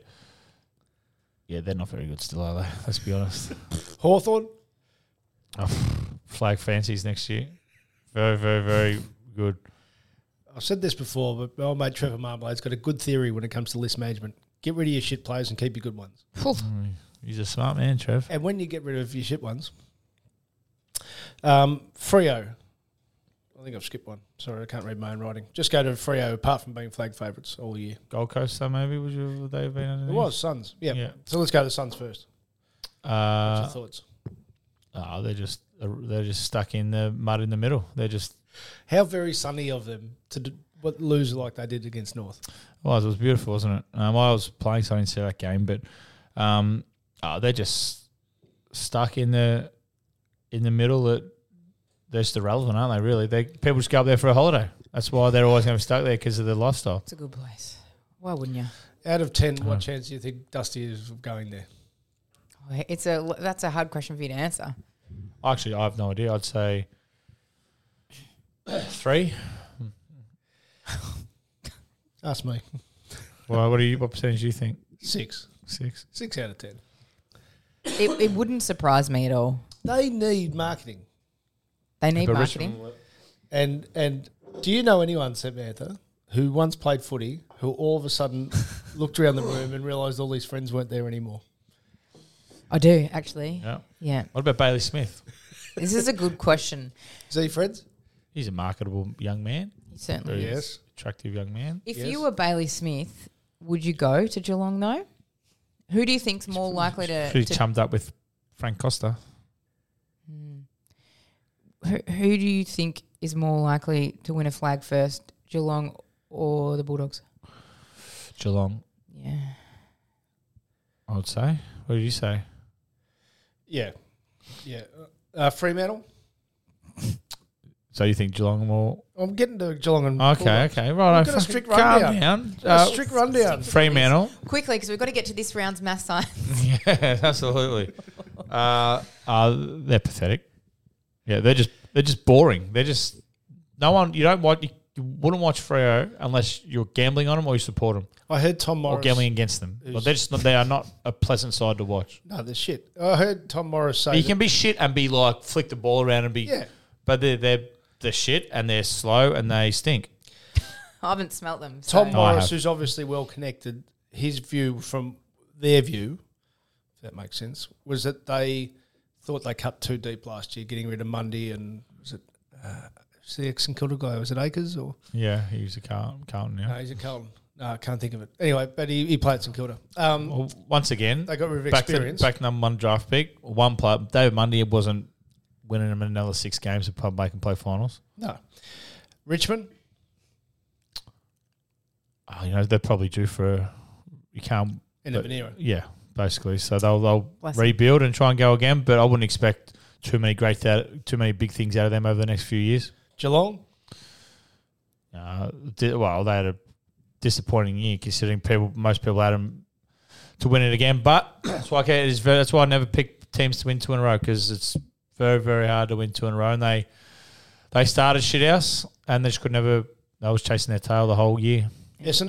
[SPEAKER 3] yeah, they're not very good still, are they? Let's be honest.
[SPEAKER 1] Hawthorn,
[SPEAKER 3] Flag fancies next year, very, very, very good.
[SPEAKER 1] I've said this before, but my old mate Trevor Marmolade's got a good theory when it comes to list management. Get rid of your shit players and keep your good ones.
[SPEAKER 3] He's a smart man, Trev.
[SPEAKER 1] And when you get rid of your shit ones, um, Frio. I think I've skipped one. Sorry, I can't read my own writing. Just go to Frio, apart from being flag favourites all year.
[SPEAKER 3] Gold Coast, though, maybe would you? Would they have been?
[SPEAKER 1] It was Suns. Yeah.
[SPEAKER 3] Yeah.
[SPEAKER 1] So let's go to Suns first. What's your
[SPEAKER 3] Uh,
[SPEAKER 1] thoughts?
[SPEAKER 3] oh, they're just they're just stuck in the mud in the middle. They're just
[SPEAKER 1] How very sunny of them to d- what, lose like they did against North.
[SPEAKER 3] Well, it was beautiful, wasn't it? Um, I was playing something instead of that game, but um, oh, they're just stuck in the in the middle. That they're just irrelevant, aren't they? Really, they people just go up there for a holiday. That's why they're always going to be stuck there because of their lifestyle.
[SPEAKER 2] It's a good place. Why wouldn't you?
[SPEAKER 1] Out of 10,
[SPEAKER 3] Uh.
[SPEAKER 1] what chance do you think Dusty is of going there?
[SPEAKER 2] It's a that's a hard question for you to answer.
[SPEAKER 3] Actually, I have no idea. I'd say three.
[SPEAKER 1] Ask me.
[SPEAKER 3] Well, what do you? What percentage do you think?
[SPEAKER 1] Six.
[SPEAKER 3] Six.
[SPEAKER 1] Six out of 10.
[SPEAKER 2] It, it wouldn't surprise me at all.
[SPEAKER 1] They need marketing.
[SPEAKER 2] They need
[SPEAKER 3] But
[SPEAKER 2] marketing.
[SPEAKER 3] Richmond-
[SPEAKER 1] And and do you know anyone, Samantha, who once played footy, who all of a sudden looked around the room and realised all his friends weren't there anymore?
[SPEAKER 2] I do actually.
[SPEAKER 3] Yeah.
[SPEAKER 2] Yeah.
[SPEAKER 3] What about Bailey Smith?
[SPEAKER 2] This is a good question.
[SPEAKER 1] Is he friends?
[SPEAKER 3] He's a marketable young man.
[SPEAKER 2] You certainly.
[SPEAKER 3] Very
[SPEAKER 1] Yes.
[SPEAKER 3] Attractive young man.
[SPEAKER 2] If
[SPEAKER 1] Yes.
[SPEAKER 2] you were Bailey Smith, would you go to Geelong though? Who do you think's more likely to?
[SPEAKER 3] Pretty
[SPEAKER 2] Uh, to
[SPEAKER 3] chummed up with Frank Costa.
[SPEAKER 2] who, who do you think is more likely to win a flag first, Geelong or the Bulldogs?
[SPEAKER 3] Geelong.
[SPEAKER 2] Yeah.
[SPEAKER 3] I would say. What did you say?
[SPEAKER 1] Yeah. Yeah. Uh, Fremantle?
[SPEAKER 3] So you think Geelong will?
[SPEAKER 1] I'm getting to Geelong and
[SPEAKER 3] Okay, okay, right.
[SPEAKER 1] We've got a strict
[SPEAKER 3] calm
[SPEAKER 1] rundown.
[SPEAKER 3] down. Uh,
[SPEAKER 1] A strict rundown.
[SPEAKER 3] Fremantle.
[SPEAKER 2] Quickly, because we've got to get to this round's math science.
[SPEAKER 3] yeah, absolutely. Uh, uh, they're pathetic. Yeah, they're just they're just boring. They're just no one. You don't watch. You wouldn't watch Freo unless you're gambling on them or you support them
[SPEAKER 1] I heard Tom
[SPEAKER 3] or
[SPEAKER 1] Morris.
[SPEAKER 3] gambling against them. But they're just not, they are not a pleasant side to watch.
[SPEAKER 1] No, they're shit. I heard Tom Morris say.
[SPEAKER 3] You
[SPEAKER 1] that-
[SPEAKER 3] can be shit and be like flick the ball around and be.
[SPEAKER 1] Yeah.
[SPEAKER 3] But they're they're they're shit and they're slow and they stink.
[SPEAKER 2] I haven't smelt them. So.
[SPEAKER 1] Tom
[SPEAKER 3] No, I
[SPEAKER 1] Morris,
[SPEAKER 3] have.
[SPEAKER 1] who's obviously well connected, his view from their view, if that makes sense, was that they thought they cut too deep last year, getting rid of Mundy and was it uh, was the ex and Kilda guy? Was it Akers or
[SPEAKER 3] Yeah, he was a Carl- Carlton. Yeah.
[SPEAKER 1] no? He's a Carlton. No, I can't think of it. Anyway, but he, he played some Kilda. Um,
[SPEAKER 3] Well, once again,
[SPEAKER 1] They got rid of
[SPEAKER 3] back to-
[SPEAKER 1] experience.
[SPEAKER 3] back number one draft pick, one player. David Mundy wasn't winning him another six games of pub make and play finals.
[SPEAKER 1] no, Richmond.
[SPEAKER 3] Oh, you know they're probably due for a- you can't.
[SPEAKER 1] And
[SPEAKER 3] but-
[SPEAKER 1] an era.
[SPEAKER 3] Yeah, basically. So they'll they'll
[SPEAKER 2] Bless 'em.
[SPEAKER 3] rebuild and try and go again. But I wouldn't expect too many great th- too many big things out of them over the next few years.
[SPEAKER 1] Geelong.
[SPEAKER 3] Uh, di- well, they had a disappointing year considering people most people had them to win it again. But that's why okay, it is very, that's why I never pick teams to win two in a row because it's very very hard to win two in a row. And they they started shit house and they just could never. They was chasing their tail the whole year.
[SPEAKER 1] Essendon.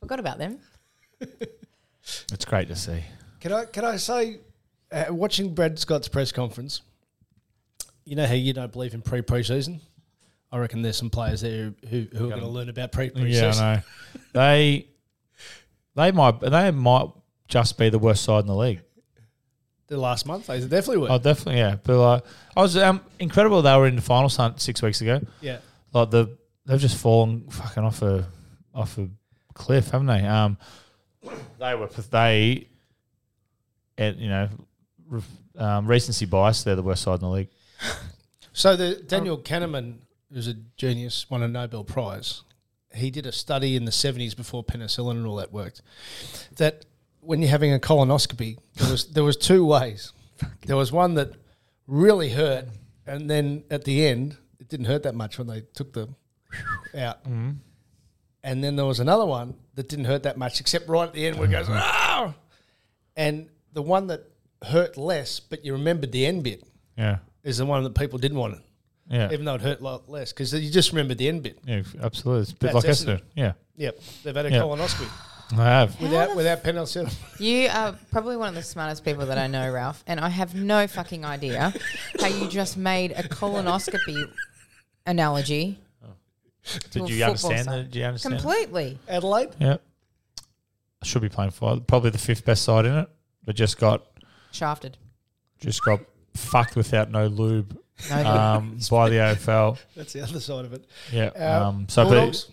[SPEAKER 2] Forgot about them.
[SPEAKER 3] It's great to see.
[SPEAKER 1] Can I can I say, uh, watching Brad Scott's press conference, you know how you don't believe in pre preseason. I reckon there's some players there who, who are going to learn about pre
[SPEAKER 3] Yeah,
[SPEAKER 1] preseason.
[SPEAKER 3] I know. they they might they might just be the worst side in the league.
[SPEAKER 1] The last month, they definitely were.
[SPEAKER 3] Oh, definitely, yeah. But like, I was um, incredible. They were in the finals hunt six weeks ago.
[SPEAKER 1] yeah,
[SPEAKER 3] Like the they've just fallen fucking off a off a cliff, haven't they? Um, they were they, at you know, re- um, recency bias. They're the worst side in the league.
[SPEAKER 1] So the Daniel Kahneman, who's a genius, won a Nobel Prize. He did a study in the seventies before penicillin and all that worked. That when you're having a colonoscopy, there was there was two ways. There was one that really hurt, and then at the end, it didn't hurt that much when they took the out. And then there was another one that didn't hurt that much, except right at the end where it goes, ah! And the one that hurt less, but you remembered the end bit,
[SPEAKER 3] Yeah,
[SPEAKER 1] is the one that people didn't want it
[SPEAKER 3] yeah,
[SPEAKER 1] even though it hurt a lot less because you just remember the end bit.
[SPEAKER 3] yeah. Absolutely, it's a bit
[SPEAKER 1] That's
[SPEAKER 3] like
[SPEAKER 1] Essendon.
[SPEAKER 3] Essendon. Yeah,
[SPEAKER 1] Yep, they've had a
[SPEAKER 3] Yeah.
[SPEAKER 1] colonoscopy
[SPEAKER 3] I have.
[SPEAKER 1] without without penalty.
[SPEAKER 2] You are probably one of the smartest people that I know, Ralph, and I have no fucking idea how you just made a colonoscopy analogy to a
[SPEAKER 3] Did you
[SPEAKER 2] football
[SPEAKER 3] understand?
[SPEAKER 2] side.
[SPEAKER 3] That? Did you understand? that?
[SPEAKER 2] completely.
[SPEAKER 1] Adelaide,
[SPEAKER 3] Yeah. I should be playing for probably the fifth best side in it, but just got
[SPEAKER 2] Shafted.
[SPEAKER 3] just got fucked without no lube
[SPEAKER 2] No,
[SPEAKER 3] um, by the AFL.
[SPEAKER 1] that's the other side of it.
[SPEAKER 3] Yeah.
[SPEAKER 1] Uh,
[SPEAKER 3] um, so
[SPEAKER 1] Bulldogs,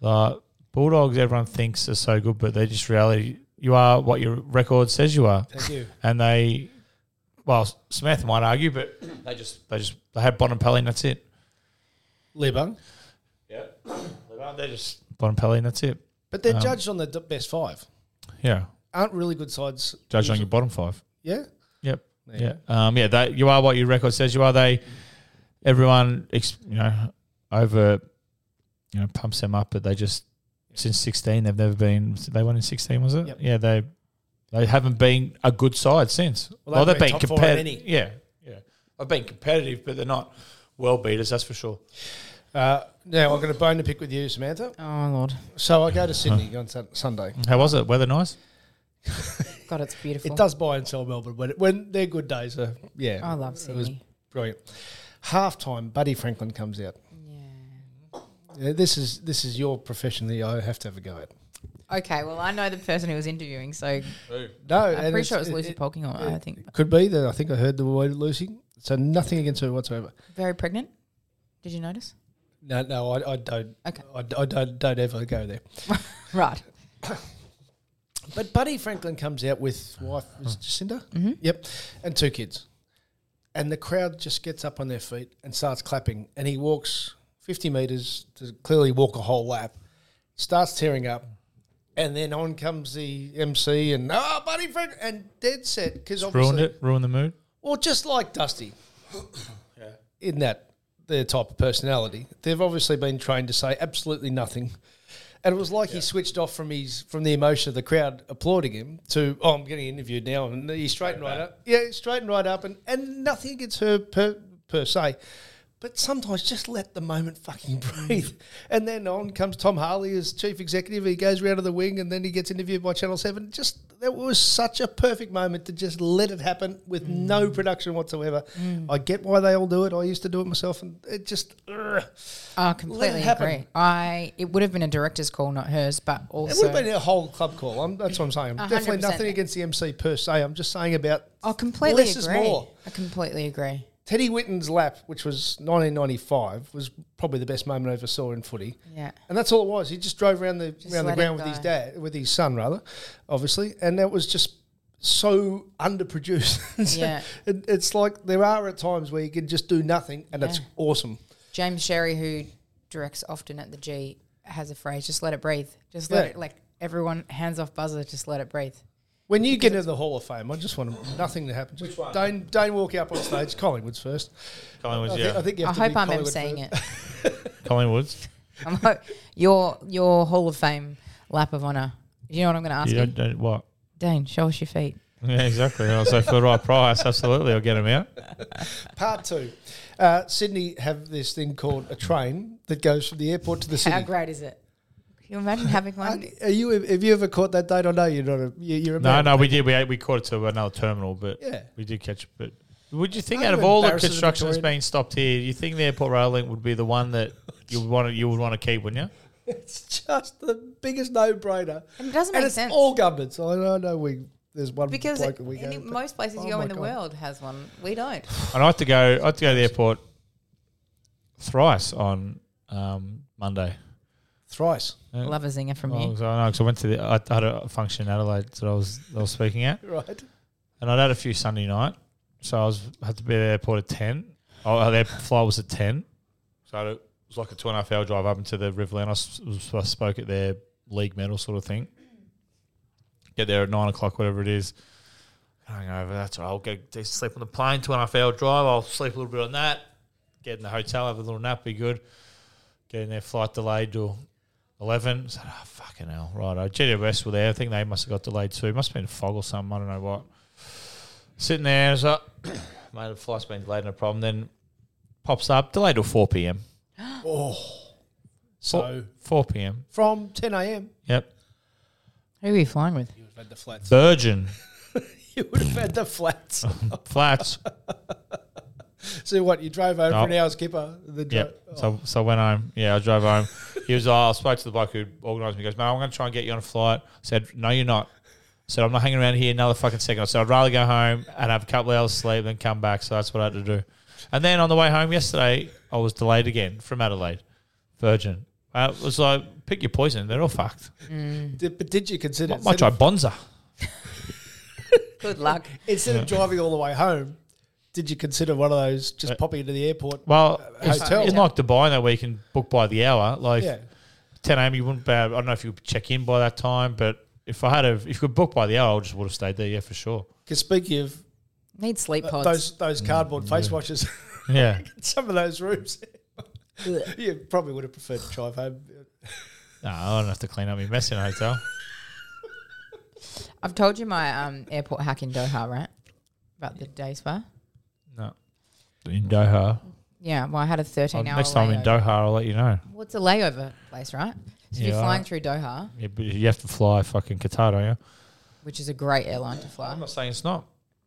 [SPEAKER 3] but uh, Bulldogs, everyone thinks are so good, but they're just reality. You are what your record says you are,
[SPEAKER 1] thank you.
[SPEAKER 3] and they. Well, Smith might argue, but they just they just they had Bonapelli and that's it.
[SPEAKER 1] Lebung,
[SPEAKER 3] Yeah, they just Bonapelli and that's it.
[SPEAKER 1] but they're
[SPEAKER 3] Um,
[SPEAKER 1] judged on the d- best five.
[SPEAKER 3] Yeah,
[SPEAKER 1] Aren't really good sides.
[SPEAKER 3] judged on your bottom five.
[SPEAKER 1] Yeah,
[SPEAKER 3] Yep. Yeah. Um, yeah. They, you are what your record says you are. They, everyone, ex, you know, over, you know, pumps them up, but they just since sixteen they've never been. They won in sixteen, was it?
[SPEAKER 1] Yep.
[SPEAKER 3] Yeah. They, they haven't been a good side since.
[SPEAKER 1] Well, they haven't been top four in
[SPEAKER 3] competi-
[SPEAKER 1] any.
[SPEAKER 3] Yeah. Yeah. They've been competitive, but they're not well beaters. That's for sure.
[SPEAKER 1] Uh, now I've got a bone to pick with you, Samantha.
[SPEAKER 2] oh Lord,
[SPEAKER 1] So I go to Sydney on sun- Sunday.
[SPEAKER 3] How was it? Weather nice?
[SPEAKER 2] God, it's beautiful.
[SPEAKER 1] It does buy and sell Melbourne when it, when they're good days. Are, yeah,
[SPEAKER 2] I love
[SPEAKER 1] It was
[SPEAKER 2] Sydney.
[SPEAKER 1] brilliant. Half time, Buddy Franklin comes out. Yeah, this is this is your profession that I have to have a go at.
[SPEAKER 2] Okay, well, I know the person who was interviewing, so
[SPEAKER 1] No,
[SPEAKER 2] I'm
[SPEAKER 1] and
[SPEAKER 2] pretty
[SPEAKER 1] it's-
[SPEAKER 2] sure it was Lucy Polkinghorne. I think
[SPEAKER 1] Could be that I think I heard the word Lucy. So nothing against her whatsoever.
[SPEAKER 2] very pregnant. Did you notice?
[SPEAKER 1] No, no, I, I don't.
[SPEAKER 2] Okay.
[SPEAKER 1] I, I don't, don't ever go there.
[SPEAKER 2] Right.
[SPEAKER 1] But Buddy Franklin comes out with wife was it Jacinda. Yep, and two kids, and the crowd just gets up on their feet and starts clapping. And he walks fifty meters to clearly walk a whole lap, starts tearing up, and then on comes the MC and oh, Buddy Franklin, and dead set because obviously
[SPEAKER 3] Ruined it. Ruined the mood.
[SPEAKER 1] Well, just like Dusty, in that their type of personality, they've obviously been trained to say absolutely nothing. And it was like he switched off from his from the emotion of the crowd applauding him to oh I'm getting interviewed now and he straightened right up yeah straightened right up and and nothing against her per per se, But sometimes just let the moment fucking breathe. And then on comes Tom Harley as chief executive. He goes round to the wing and then he gets interviewed by Channel 7. Just that was such a perfect moment to just let it happen with no production whatsoever. I get why they all do it. I used to do it myself and it just. ugh.
[SPEAKER 2] I completely
[SPEAKER 1] happen.
[SPEAKER 2] agree. I it would have been a director's call, not hers, but also
[SPEAKER 1] It would have been a whole club call. I'm, that's what I'm saying.
[SPEAKER 2] A
[SPEAKER 1] Definitely
[SPEAKER 2] hundred percent.
[SPEAKER 1] nothing against the MC per se. I'm just saying about
[SPEAKER 2] I completely
[SPEAKER 1] less
[SPEAKER 2] agree.
[SPEAKER 1] is more.
[SPEAKER 2] I completely agree.
[SPEAKER 1] Teddy Whitten's lap, which was 1995, was probably the best moment I ever saw in footy.
[SPEAKER 2] Yeah.
[SPEAKER 1] and that's all it was. He just drove around the around the
[SPEAKER 2] let it
[SPEAKER 1] ground with his
[SPEAKER 2] go.
[SPEAKER 1] dad, with his son rather, obviously, and that was just so underproduced. So
[SPEAKER 2] Yeah.
[SPEAKER 1] it, it's like there are at times where you can just do nothing, and it's
[SPEAKER 2] Yeah.
[SPEAKER 1] awesome.
[SPEAKER 2] James Sherry, who directs often at the G, has a phrase: "Just let it breathe. Just let
[SPEAKER 1] Yeah.
[SPEAKER 2] it like everyone hands off buzzer. Just let it breathe."
[SPEAKER 1] When you get into the Hall of Fame, I just want nothing to happen. Just Don't don't walk up on stage. Collingwood's first.
[SPEAKER 3] Collingwood's,
[SPEAKER 1] I,
[SPEAKER 3] yeah.
[SPEAKER 1] think, I think you
[SPEAKER 2] I
[SPEAKER 1] have to
[SPEAKER 2] hope
[SPEAKER 1] be
[SPEAKER 2] I'm
[SPEAKER 1] Collingwood
[SPEAKER 2] emceeing
[SPEAKER 1] first.
[SPEAKER 2] it.
[SPEAKER 3] Collingwood's.
[SPEAKER 2] I'm like, your your Hall of Fame lap of honor. You know what I'm going to ask
[SPEAKER 3] You
[SPEAKER 2] you,
[SPEAKER 3] don't, don't what?
[SPEAKER 2] Dane? Show us your feet.
[SPEAKER 3] Yeah, exactly. I was like, for the right price, absolutely, I'll get him out.
[SPEAKER 1] Part two. Uh, Sydney have this thing called a train that goes from the airport to the
[SPEAKER 2] How
[SPEAKER 1] city.
[SPEAKER 2] great is it? Can you imagine having one?
[SPEAKER 1] Are- Are you? Have you ever caught that date? I know you're not a. you- You're a
[SPEAKER 3] No,
[SPEAKER 1] man.
[SPEAKER 3] no, we did. We we caught it to another terminal, but
[SPEAKER 1] Yeah.
[SPEAKER 3] we did catch it. But would you think
[SPEAKER 1] Kind
[SPEAKER 3] out
[SPEAKER 1] of
[SPEAKER 3] of all the
[SPEAKER 1] embarrasses the
[SPEAKER 3] construction that's
[SPEAKER 1] Victorian.
[SPEAKER 3] being stopped here, you think the airport rail link would be the one that you would want to, you would want to keep, wouldn't you?
[SPEAKER 1] It's just the biggest no-brainer.
[SPEAKER 2] And it doesn't
[SPEAKER 1] and
[SPEAKER 2] make
[SPEAKER 1] it's
[SPEAKER 2] sense.
[SPEAKER 1] All governments. I know, I know we. There's one
[SPEAKER 2] because
[SPEAKER 1] bloke that we go.
[SPEAKER 2] any,
[SPEAKER 1] to.
[SPEAKER 2] most places
[SPEAKER 1] Oh
[SPEAKER 2] you go
[SPEAKER 1] my
[SPEAKER 2] in the
[SPEAKER 1] God.
[SPEAKER 2] world has one. We don't.
[SPEAKER 3] And I had to go. I had to go to the airport thrice on um, Monday.
[SPEAKER 1] Thrice.
[SPEAKER 2] Love a zinger from
[SPEAKER 3] Well,
[SPEAKER 2] you.
[SPEAKER 3] 'cause I know 'cause I went to the. I had a function in Adelaide that I was that I was speaking at,
[SPEAKER 1] Right.
[SPEAKER 3] and I'd had a few Sunday night, so I was had to be at the airport at ten. Oh, their flight was at ten, so it was like a two and a half hour drive up into the Riverland. I, s- was- I spoke at their league medal sort of thing. Get there at nine o'clock, whatever it is. Hungover, that's all right. I'll go to sleep on the plane, two and a half hour drive. I'll sleep a little bit on that. Get in the hotel, have a little nap, be good. Get in there, flight delayed till 11. So, oh, fucking hell. Right, GWS were there. I think they must have got delayed too. Must have been fog or something. I don't know what. Sitting there, it's like, mate, the flight's been delayed, no problem. Then pops up, delayed till 4 p.m.
[SPEAKER 1] So
[SPEAKER 3] 4 p.m.
[SPEAKER 1] from 10 a.m.
[SPEAKER 3] Yep.
[SPEAKER 2] Who are you flying with?
[SPEAKER 1] You've had the flats.
[SPEAKER 3] Virgin
[SPEAKER 1] You would have had the flats.
[SPEAKER 3] flats.
[SPEAKER 1] so what? You drove over
[SPEAKER 3] No.
[SPEAKER 1] an hour's skipper. The dri-
[SPEAKER 3] Yeah. So so I went home. Yeah, I drove home. He was. "Oh, I spoke to the bloke who organised me. He goes, mate, I'm going to try and get you on a flight. I said, no, you're not. I said, I'm not hanging around here another fucking second. I said, I'd rather go home and have a couple of hours sleep than come back. So that's what I had to do. And then on the way home yesterday, I was delayed again from Adelaide, Virgin. Uh, it was like pick your poison. They're all fucked.
[SPEAKER 1] oh. Did, but did you consider
[SPEAKER 3] I might try Bonza.
[SPEAKER 2] Good luck.
[SPEAKER 1] instead of driving all the way home? Did you consider one of those just popping into the airport?
[SPEAKER 3] Well, it's,
[SPEAKER 1] hotel.
[SPEAKER 3] it's like Dubai now where you can book by the hour. Like
[SPEAKER 1] Yeah.
[SPEAKER 3] 10 a.m. You wouldn't. Be, I don't know if you could check in by that time, but if I had a, if you could book by the hour, I just would have stayed there. Yeah, for sure.
[SPEAKER 1] Because speaking of
[SPEAKER 2] Need sleep
[SPEAKER 1] th-
[SPEAKER 2] pods.
[SPEAKER 1] Uh, those those cardboard face washers.
[SPEAKER 3] Yeah.
[SPEAKER 1] some of those rooms. you probably would have preferred to drive home.
[SPEAKER 3] no, I don't have to clean up my mess in a hotel.
[SPEAKER 2] I've told you my um, airport hack in Doha, right? About the day spa.
[SPEAKER 3] No. In Doha.
[SPEAKER 2] Yeah, well, I had a 13
[SPEAKER 3] Oh,
[SPEAKER 2] hour
[SPEAKER 3] next time in
[SPEAKER 2] layover.
[SPEAKER 3] Doha, I'll let you know.
[SPEAKER 2] Well, it's a layover place, right? So
[SPEAKER 3] Yeah,
[SPEAKER 2] you're
[SPEAKER 3] I-
[SPEAKER 2] flying through Doha,
[SPEAKER 3] Yeah, but you have to fly fucking Qatar, don't you?
[SPEAKER 2] which is a great airline to fly.
[SPEAKER 3] I'm not saying it's not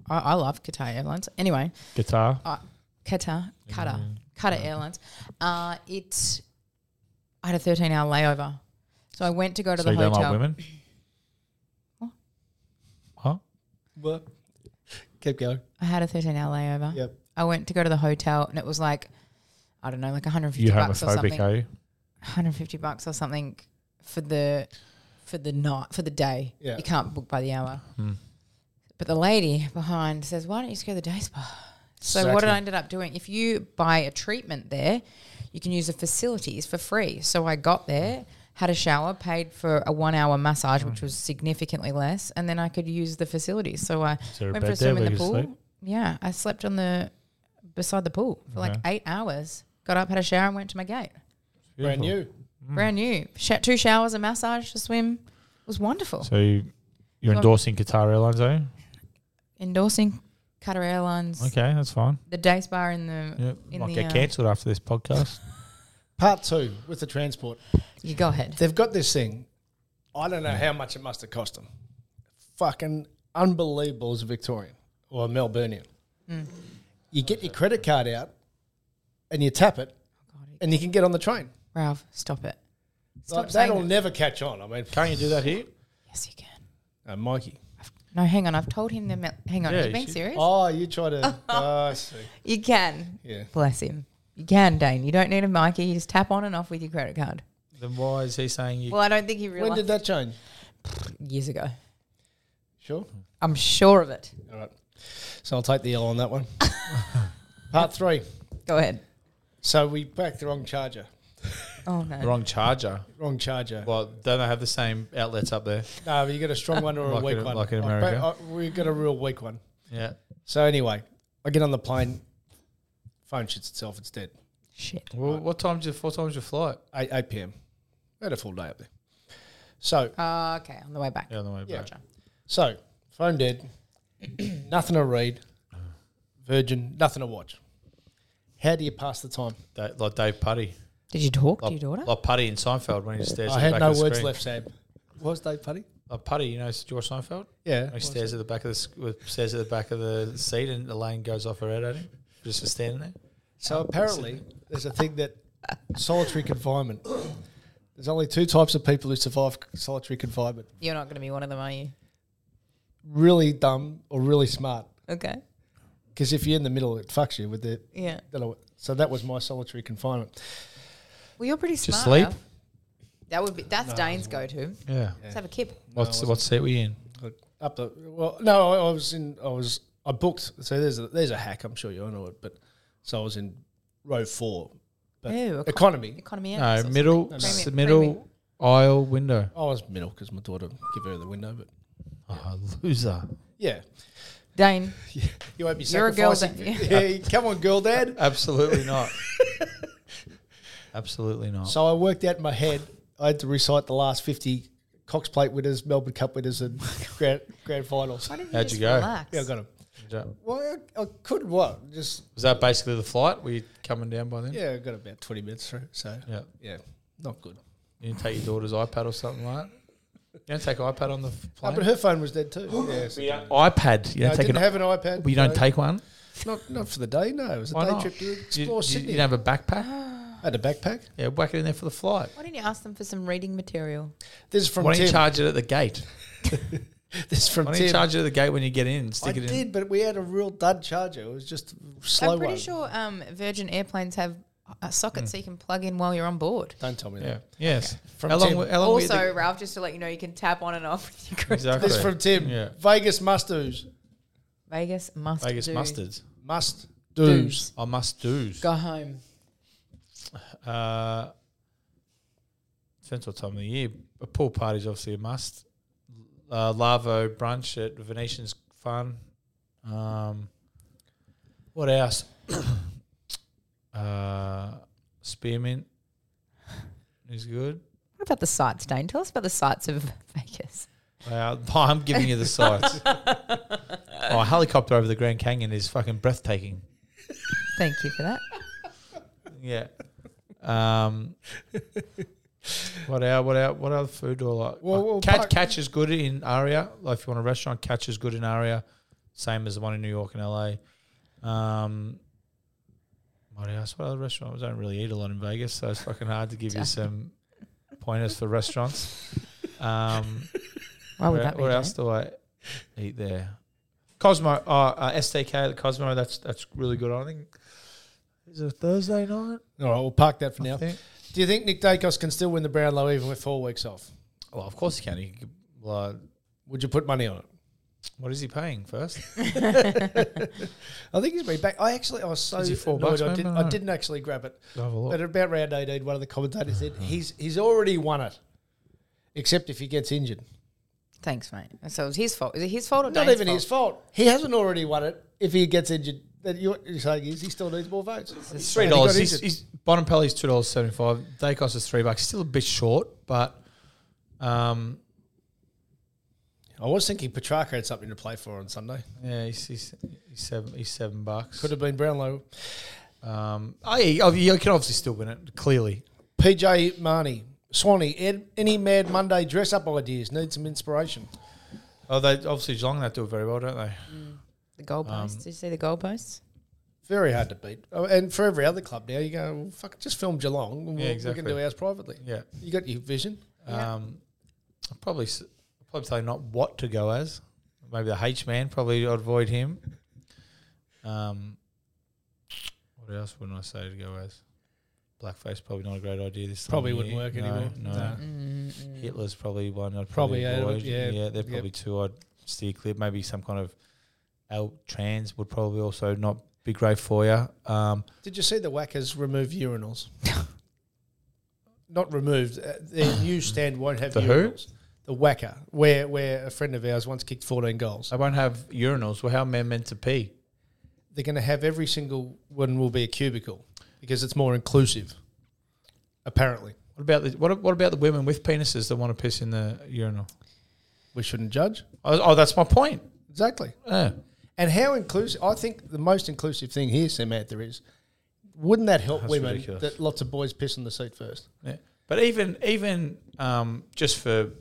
[SPEAKER 2] I, I love Qatar Airlines. Anyway,
[SPEAKER 3] Qatar. Mm.
[SPEAKER 2] uh, Qatar, Qatar,
[SPEAKER 3] Mm-hmm.
[SPEAKER 2] Qatar Airlines. Uh, it, I had a 13 hour layover. So I went to go to
[SPEAKER 3] So
[SPEAKER 2] the
[SPEAKER 3] you
[SPEAKER 2] hotel.
[SPEAKER 3] don't like women?
[SPEAKER 2] What?
[SPEAKER 3] Huh?
[SPEAKER 1] Well, keep going.
[SPEAKER 2] I had a 13 hour layover.
[SPEAKER 1] Yep.
[SPEAKER 2] I went to go to the hotel and it was like, I don't know, like 150
[SPEAKER 3] You
[SPEAKER 2] bucks or something.
[SPEAKER 3] homophobic, are you?
[SPEAKER 2] 150 bucks or something for the for the night for the day.
[SPEAKER 1] Yeah.
[SPEAKER 2] You can't book by the hour.
[SPEAKER 3] Hmm.
[SPEAKER 2] But the lady behind says, "Why don't you just go to the day spa?" So what
[SPEAKER 1] Exactly.
[SPEAKER 2] I ended up doing, if you buy a treatment there, you can use the facilities for free. So I got there, had a shower, paid for a one-hour massage,
[SPEAKER 3] Hmm.
[SPEAKER 2] which was significantly less, and then I could use the facilities. So I
[SPEAKER 3] there a
[SPEAKER 2] went for a
[SPEAKER 3] bed there
[SPEAKER 2] swim in
[SPEAKER 3] where
[SPEAKER 2] the
[SPEAKER 3] you
[SPEAKER 2] pool.
[SPEAKER 3] sleep?
[SPEAKER 2] Yeah, I slept on the beside the pool for like eight hours. Got up, had a shower, and went to my gate
[SPEAKER 1] Brand new.
[SPEAKER 2] brand new. Sh- two showers, a massage, a swim. It was wonderful.
[SPEAKER 3] So you, you're
[SPEAKER 2] So-
[SPEAKER 3] endorsing Qatar Airlines, are you?
[SPEAKER 2] Endorsing Qatar Airlines,
[SPEAKER 3] Okay, that's fine.
[SPEAKER 2] the Dace Bar in the.
[SPEAKER 3] Yep.
[SPEAKER 2] In
[SPEAKER 3] Might
[SPEAKER 2] the,
[SPEAKER 3] get
[SPEAKER 2] uh,
[SPEAKER 3] cancelled after this podcast.
[SPEAKER 1] Part two with the transport.
[SPEAKER 2] You go ahead.
[SPEAKER 1] They've got this thing. I don't know how much it must have cost them. Fucking unbelievable as a Victorian or a Melburnian.
[SPEAKER 2] Mm.
[SPEAKER 1] You get your credit card out and you tap it and you can get on the train.
[SPEAKER 2] Ralph, stop it. Stop
[SPEAKER 1] Like,
[SPEAKER 2] saying
[SPEAKER 1] that'll
[SPEAKER 2] that.
[SPEAKER 1] never catch on. I mean,
[SPEAKER 3] Can't you do that here?
[SPEAKER 2] Yes, you can.
[SPEAKER 1] uh, Mikey.
[SPEAKER 2] No, hang on. I've told him the. Mel- hang on.
[SPEAKER 3] Yeah,
[SPEAKER 2] Are you
[SPEAKER 3] you
[SPEAKER 2] being
[SPEAKER 3] should-
[SPEAKER 2] serious?
[SPEAKER 1] Oh, you try to. oh, I see.
[SPEAKER 2] You can.
[SPEAKER 1] Yeah.
[SPEAKER 2] Bless him. You can, Dane. You don't need a Mikey. You just tap on and off with your credit card.
[SPEAKER 3] Then why is he saying you?
[SPEAKER 2] Well, I don't think he
[SPEAKER 1] When
[SPEAKER 2] realized
[SPEAKER 1] did that change?
[SPEAKER 2] years ago.
[SPEAKER 1] Sure.
[SPEAKER 2] I'm sure of it.
[SPEAKER 1] All right. So I'll take the L on that one. Part three.
[SPEAKER 2] Go ahead.
[SPEAKER 1] So we backed the wrong charger.
[SPEAKER 2] Oh no.
[SPEAKER 3] Wrong charger.
[SPEAKER 1] Wrong charger.
[SPEAKER 3] Well, don't they have the same outlets up there?
[SPEAKER 1] No, but you got a strong one or a
[SPEAKER 3] Like
[SPEAKER 1] weak
[SPEAKER 3] in-
[SPEAKER 1] one.
[SPEAKER 3] like in
[SPEAKER 1] I-
[SPEAKER 3] America.
[SPEAKER 1] I- we got a real weak one.
[SPEAKER 3] Yeah.
[SPEAKER 1] So anyway, I get on the plane. Phone shits itself. It's dead.
[SPEAKER 2] Shit.
[SPEAKER 3] Well, what time's your four times your flight?
[SPEAKER 1] Eight eight p.m. I had a full day up there. So
[SPEAKER 2] Uh, okay. On the way back.
[SPEAKER 3] Yeah, on the way back.
[SPEAKER 1] so phone dead. nothing to read. Virgin. Nothing to watch. How do you pass the time?
[SPEAKER 3] Da- like Dave Putty,
[SPEAKER 2] Did you talk to
[SPEAKER 3] like,
[SPEAKER 2] your daughter?
[SPEAKER 3] like Putty in Seinfeld when he stares
[SPEAKER 1] I
[SPEAKER 3] at the
[SPEAKER 1] had
[SPEAKER 3] back
[SPEAKER 1] no
[SPEAKER 3] of the
[SPEAKER 1] words
[SPEAKER 3] screen.
[SPEAKER 1] left, Sam. What was Dave Putty?
[SPEAKER 3] Like Putty, you know George Seinfeld.
[SPEAKER 1] Yeah.
[SPEAKER 3] He stares at the back of the sc- with- stares at the back of the seat, and Elaine goes off her head at him just for standing there.
[SPEAKER 1] So apparently, there's a thing that solitary confinement. There's only two types of people who survive solitary confinement:
[SPEAKER 2] You're not going to be one of them, are you?
[SPEAKER 1] really dumb or really smart.
[SPEAKER 2] Okay.
[SPEAKER 1] Because if you're in the middle, it fucks you with the.
[SPEAKER 2] Yeah.
[SPEAKER 1] don't know what- So that was my solitary confinement.
[SPEAKER 2] Well, you're pretty
[SPEAKER 3] To
[SPEAKER 2] smart.
[SPEAKER 3] sleep?
[SPEAKER 2] Ralph. That would be. That's Dane's go-to.
[SPEAKER 3] Yeah.
[SPEAKER 2] Let's have a kip.
[SPEAKER 3] What's what seat were you in?
[SPEAKER 1] Up the well, no, I, I was in. I was I booked. So there's a, there's a hack. I'm sure you all know it, but so I was in row four, but
[SPEAKER 2] Ew, econ-
[SPEAKER 1] economy.
[SPEAKER 2] Economy.
[SPEAKER 3] No,
[SPEAKER 2] and-
[SPEAKER 3] middle
[SPEAKER 2] Premium-
[SPEAKER 3] s- middle aisle window.
[SPEAKER 1] I was middle because my daughter give her the window, but
[SPEAKER 3] Oh, loser.
[SPEAKER 1] yeah,
[SPEAKER 2] Dane.
[SPEAKER 1] you won't be
[SPEAKER 2] You're a girl
[SPEAKER 1] sacrificing. yeah, come on, girl, dad.
[SPEAKER 3] Absolutely not. Absolutely not.
[SPEAKER 1] So I worked out in my head. I had to recite the last fifty Cox Plate winners, Melbourne Cup winners, and grand, grand finals.
[SPEAKER 2] Why didn't
[SPEAKER 3] How'd
[SPEAKER 2] just
[SPEAKER 3] you go?
[SPEAKER 2] Relax?
[SPEAKER 1] Yeah, I got them.
[SPEAKER 3] Was
[SPEAKER 1] Well, I, I could what? Just
[SPEAKER 3] that basically the flight? Were you coming down by then?
[SPEAKER 1] yeah, I got about twenty minutes through. So
[SPEAKER 3] Yeah.
[SPEAKER 1] yeah, not good.
[SPEAKER 3] You didn't take your daughter's iPad or something like that? You don't take iPad on the f-
[SPEAKER 1] No,
[SPEAKER 3] plane?
[SPEAKER 1] but her phone was dead too. yeah, so
[SPEAKER 3] iPad. You
[SPEAKER 1] No,
[SPEAKER 3] don't
[SPEAKER 1] I
[SPEAKER 3] take
[SPEAKER 1] didn't
[SPEAKER 3] an
[SPEAKER 1] have an iPad.
[SPEAKER 3] Well, you don't
[SPEAKER 1] no.
[SPEAKER 3] take one?
[SPEAKER 1] not not for the day. No, it was a
[SPEAKER 3] Why
[SPEAKER 1] day
[SPEAKER 3] not?
[SPEAKER 1] trip to
[SPEAKER 3] You-
[SPEAKER 1] explore
[SPEAKER 3] you,
[SPEAKER 1] Sydney.
[SPEAKER 3] You didn't have a backpack?
[SPEAKER 1] I had a backpack.
[SPEAKER 3] Yeah, whack it in there for the flight.
[SPEAKER 2] Why didn't you ask them for some reading material?
[SPEAKER 1] This is from
[SPEAKER 3] Why don't
[SPEAKER 1] Tim.
[SPEAKER 3] you charge it at the gate?
[SPEAKER 1] this is from
[SPEAKER 3] Why don't
[SPEAKER 1] Tim.
[SPEAKER 3] you charge it at the gate when you get in? and
[SPEAKER 1] I
[SPEAKER 3] Stick it in.
[SPEAKER 1] did, but we had a real dud charger. It was just a slow
[SPEAKER 2] I'm pretty
[SPEAKER 1] one.
[SPEAKER 2] sure um, Virgin airplanes have uh,
[SPEAKER 3] Hmm.
[SPEAKER 2] sockets so you can plug in while you're on board.
[SPEAKER 1] Don't tell me
[SPEAKER 3] Yeah.
[SPEAKER 1] that.
[SPEAKER 3] Yes.
[SPEAKER 1] From
[SPEAKER 3] how long,
[SPEAKER 1] Tim.
[SPEAKER 3] were- how long were you at
[SPEAKER 2] Also, Ralph, just to let you know, you can tap on and off with your
[SPEAKER 3] the,
[SPEAKER 2] credit.
[SPEAKER 3] exactly.
[SPEAKER 1] This is from Tim.
[SPEAKER 3] Yeah.
[SPEAKER 1] Vegas must do's.
[SPEAKER 2] Vegas must.
[SPEAKER 3] Vegas
[SPEAKER 2] do.
[SPEAKER 3] mustards.
[SPEAKER 1] Must do's.
[SPEAKER 2] Do's.
[SPEAKER 3] I must do.
[SPEAKER 2] Go home.
[SPEAKER 3] Uh, depends what time of the year. A pool party's obviously a must. Uh, Lavo brunch at Venetian's fun. Um, what else? uh, spearmint is good.
[SPEAKER 2] What about the sights, Dane? Tell us about the sights of Vegas.
[SPEAKER 3] Uh, I'm giving you the sights. oh, a helicopter over the Grand Canyon is fucking breathtaking.
[SPEAKER 2] Thank you for that.
[SPEAKER 3] Yeah. Um, what out? What out? What other food do I like? Uh,
[SPEAKER 1] Well, well,
[SPEAKER 3] catch,
[SPEAKER 1] park-
[SPEAKER 3] catch is good in area. Like if you want a restaurant, catch is good in area. Same as the one in New York and LA. Um, what else? What other restaurants? I don't really eat a lot in Vegas, so it's fucking hard to give you some pointers for restaurants. Um,
[SPEAKER 2] Why would
[SPEAKER 3] where-
[SPEAKER 2] that be?
[SPEAKER 3] what
[SPEAKER 2] Dane?
[SPEAKER 3] else do I eat there? Cosmo, uh, uh, STK at Cosmo. That's that's really good. I think. Is it a Thursday night?
[SPEAKER 1] All right, we'll park that for
[SPEAKER 3] I
[SPEAKER 1] now.
[SPEAKER 3] think.
[SPEAKER 1] Do you think Nick Dacos can still win the Brownlow even with four weeks off?
[SPEAKER 3] Well, of course he can. He could, like,
[SPEAKER 1] Would you put money on it?
[SPEAKER 3] what is he paying first?
[SPEAKER 1] I think he's been back. I actually, I was so
[SPEAKER 3] Is he four
[SPEAKER 1] annoyed.
[SPEAKER 3] bucks,
[SPEAKER 1] I,
[SPEAKER 3] man? Oh,
[SPEAKER 1] did,
[SPEAKER 3] I don't
[SPEAKER 1] I
[SPEAKER 3] know.
[SPEAKER 1] didn't actually grab it.
[SPEAKER 3] Have a look.
[SPEAKER 1] But at about round 18, one of the commentators said
[SPEAKER 3] Mm-hmm.
[SPEAKER 1] he's he's already won it, except if he gets injured.
[SPEAKER 2] Thanks, mate. So it was his fault. Is it his fault or
[SPEAKER 1] Not
[SPEAKER 2] Dane's
[SPEAKER 1] even
[SPEAKER 2] fault?
[SPEAKER 1] his fault. He hasn't already won it if he gets injured. That you're, you're saying is he still needs more votes?
[SPEAKER 3] It's three dollars. He's, he's Bonampelli's two dollars seventy five. Dacos is three bucks. Still a bit short, but um,
[SPEAKER 1] I was thinking Petrarca had something to play for on Sunday.
[SPEAKER 3] yeah, he's, he's He's seven. He's seven bucks.
[SPEAKER 1] Could have been Brownlow.
[SPEAKER 3] Um, I, you can obviously still win it. Clearly,
[SPEAKER 1] PJ Marnie. Swanee, Ed, any Mad Monday dress up ideas? Need some inspiration.
[SPEAKER 3] oh, they obviously Geelong that do it very well, don't they?
[SPEAKER 2] The
[SPEAKER 3] Um,
[SPEAKER 2] goalposts. Did you see the goalposts?
[SPEAKER 1] Very hard to beat. Oh, and for every other club now, you go, well, fuck, just film Geelong. and
[SPEAKER 3] Yeah,
[SPEAKER 1] we'll-
[SPEAKER 3] exactly.
[SPEAKER 1] We can do ours privately.
[SPEAKER 3] Yeah.
[SPEAKER 1] You got your vision.
[SPEAKER 3] Um, I'd probably s- I'd probably say not what to go as. Maybe the H man. Probably I'd avoid him. Um, what else wouldn't I say to go as? Blackface probably not a great idea. This time
[SPEAKER 1] Probably
[SPEAKER 3] of
[SPEAKER 1] wouldn't
[SPEAKER 3] year.
[SPEAKER 1] work
[SPEAKER 3] No,
[SPEAKER 1] anymore.
[SPEAKER 3] No.
[SPEAKER 1] No.
[SPEAKER 3] Hitler's probably one. I'd
[SPEAKER 1] Probably,
[SPEAKER 3] probably,
[SPEAKER 1] yeah,
[SPEAKER 3] avoid.
[SPEAKER 1] yeah.
[SPEAKER 3] yeah, they're
[SPEAKER 1] Yep.
[SPEAKER 3] probably two. I'd steer clear. Maybe some kind of out trans would probably also not be great for you. Um,
[SPEAKER 1] Did you see the Whackers remove urinals? Not removed. Uh, their newsstand won't have
[SPEAKER 3] The who?
[SPEAKER 1] urinals. The Whacker, where where a friend of ours once kicked 14 goals.
[SPEAKER 3] they won't have urinals. Well, how are men meant to pee?
[SPEAKER 1] They're going to have every single one will be a cubicle because it's more inclusive, apparently.
[SPEAKER 3] What about the what, what about the women with penises that want to piss in the urinal?
[SPEAKER 1] We shouldn't judge.
[SPEAKER 3] Oh, oh, that's my point.
[SPEAKER 1] Exactly.
[SPEAKER 3] Yeah.
[SPEAKER 1] And how inclusive, I think the most inclusive thing here, Samantha, is wouldn't that help women
[SPEAKER 3] ridiculous.
[SPEAKER 1] that lots of boys piss in the seat first?
[SPEAKER 3] Yeah. But even even um, just for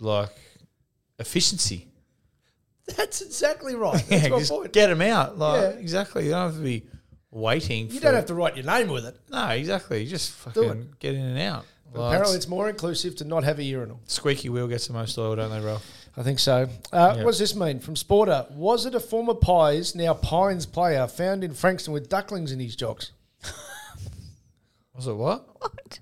[SPEAKER 3] like efficiency,
[SPEAKER 1] That's exactly right. That's
[SPEAKER 3] yeah,
[SPEAKER 1] my
[SPEAKER 3] just
[SPEAKER 1] point.
[SPEAKER 3] get them out. Like
[SPEAKER 1] Yeah.
[SPEAKER 3] exactly, you don't have to be waiting.
[SPEAKER 1] you don't have to write your name with it.
[SPEAKER 3] No, exactly. You just
[SPEAKER 1] Do it.
[SPEAKER 3] fucking get in and out. Like,
[SPEAKER 1] Apparently, it's more inclusive to not have a urinal.
[SPEAKER 3] squeaky wheel gets the most oil, don't they, Ralph?
[SPEAKER 1] I think so. Uh,
[SPEAKER 3] Yeah.
[SPEAKER 1] What does this mean? From Sporter, was it a former Pies, now Pines player found in Frankston with ducklings in his jocks?
[SPEAKER 3] Was it what?
[SPEAKER 2] What?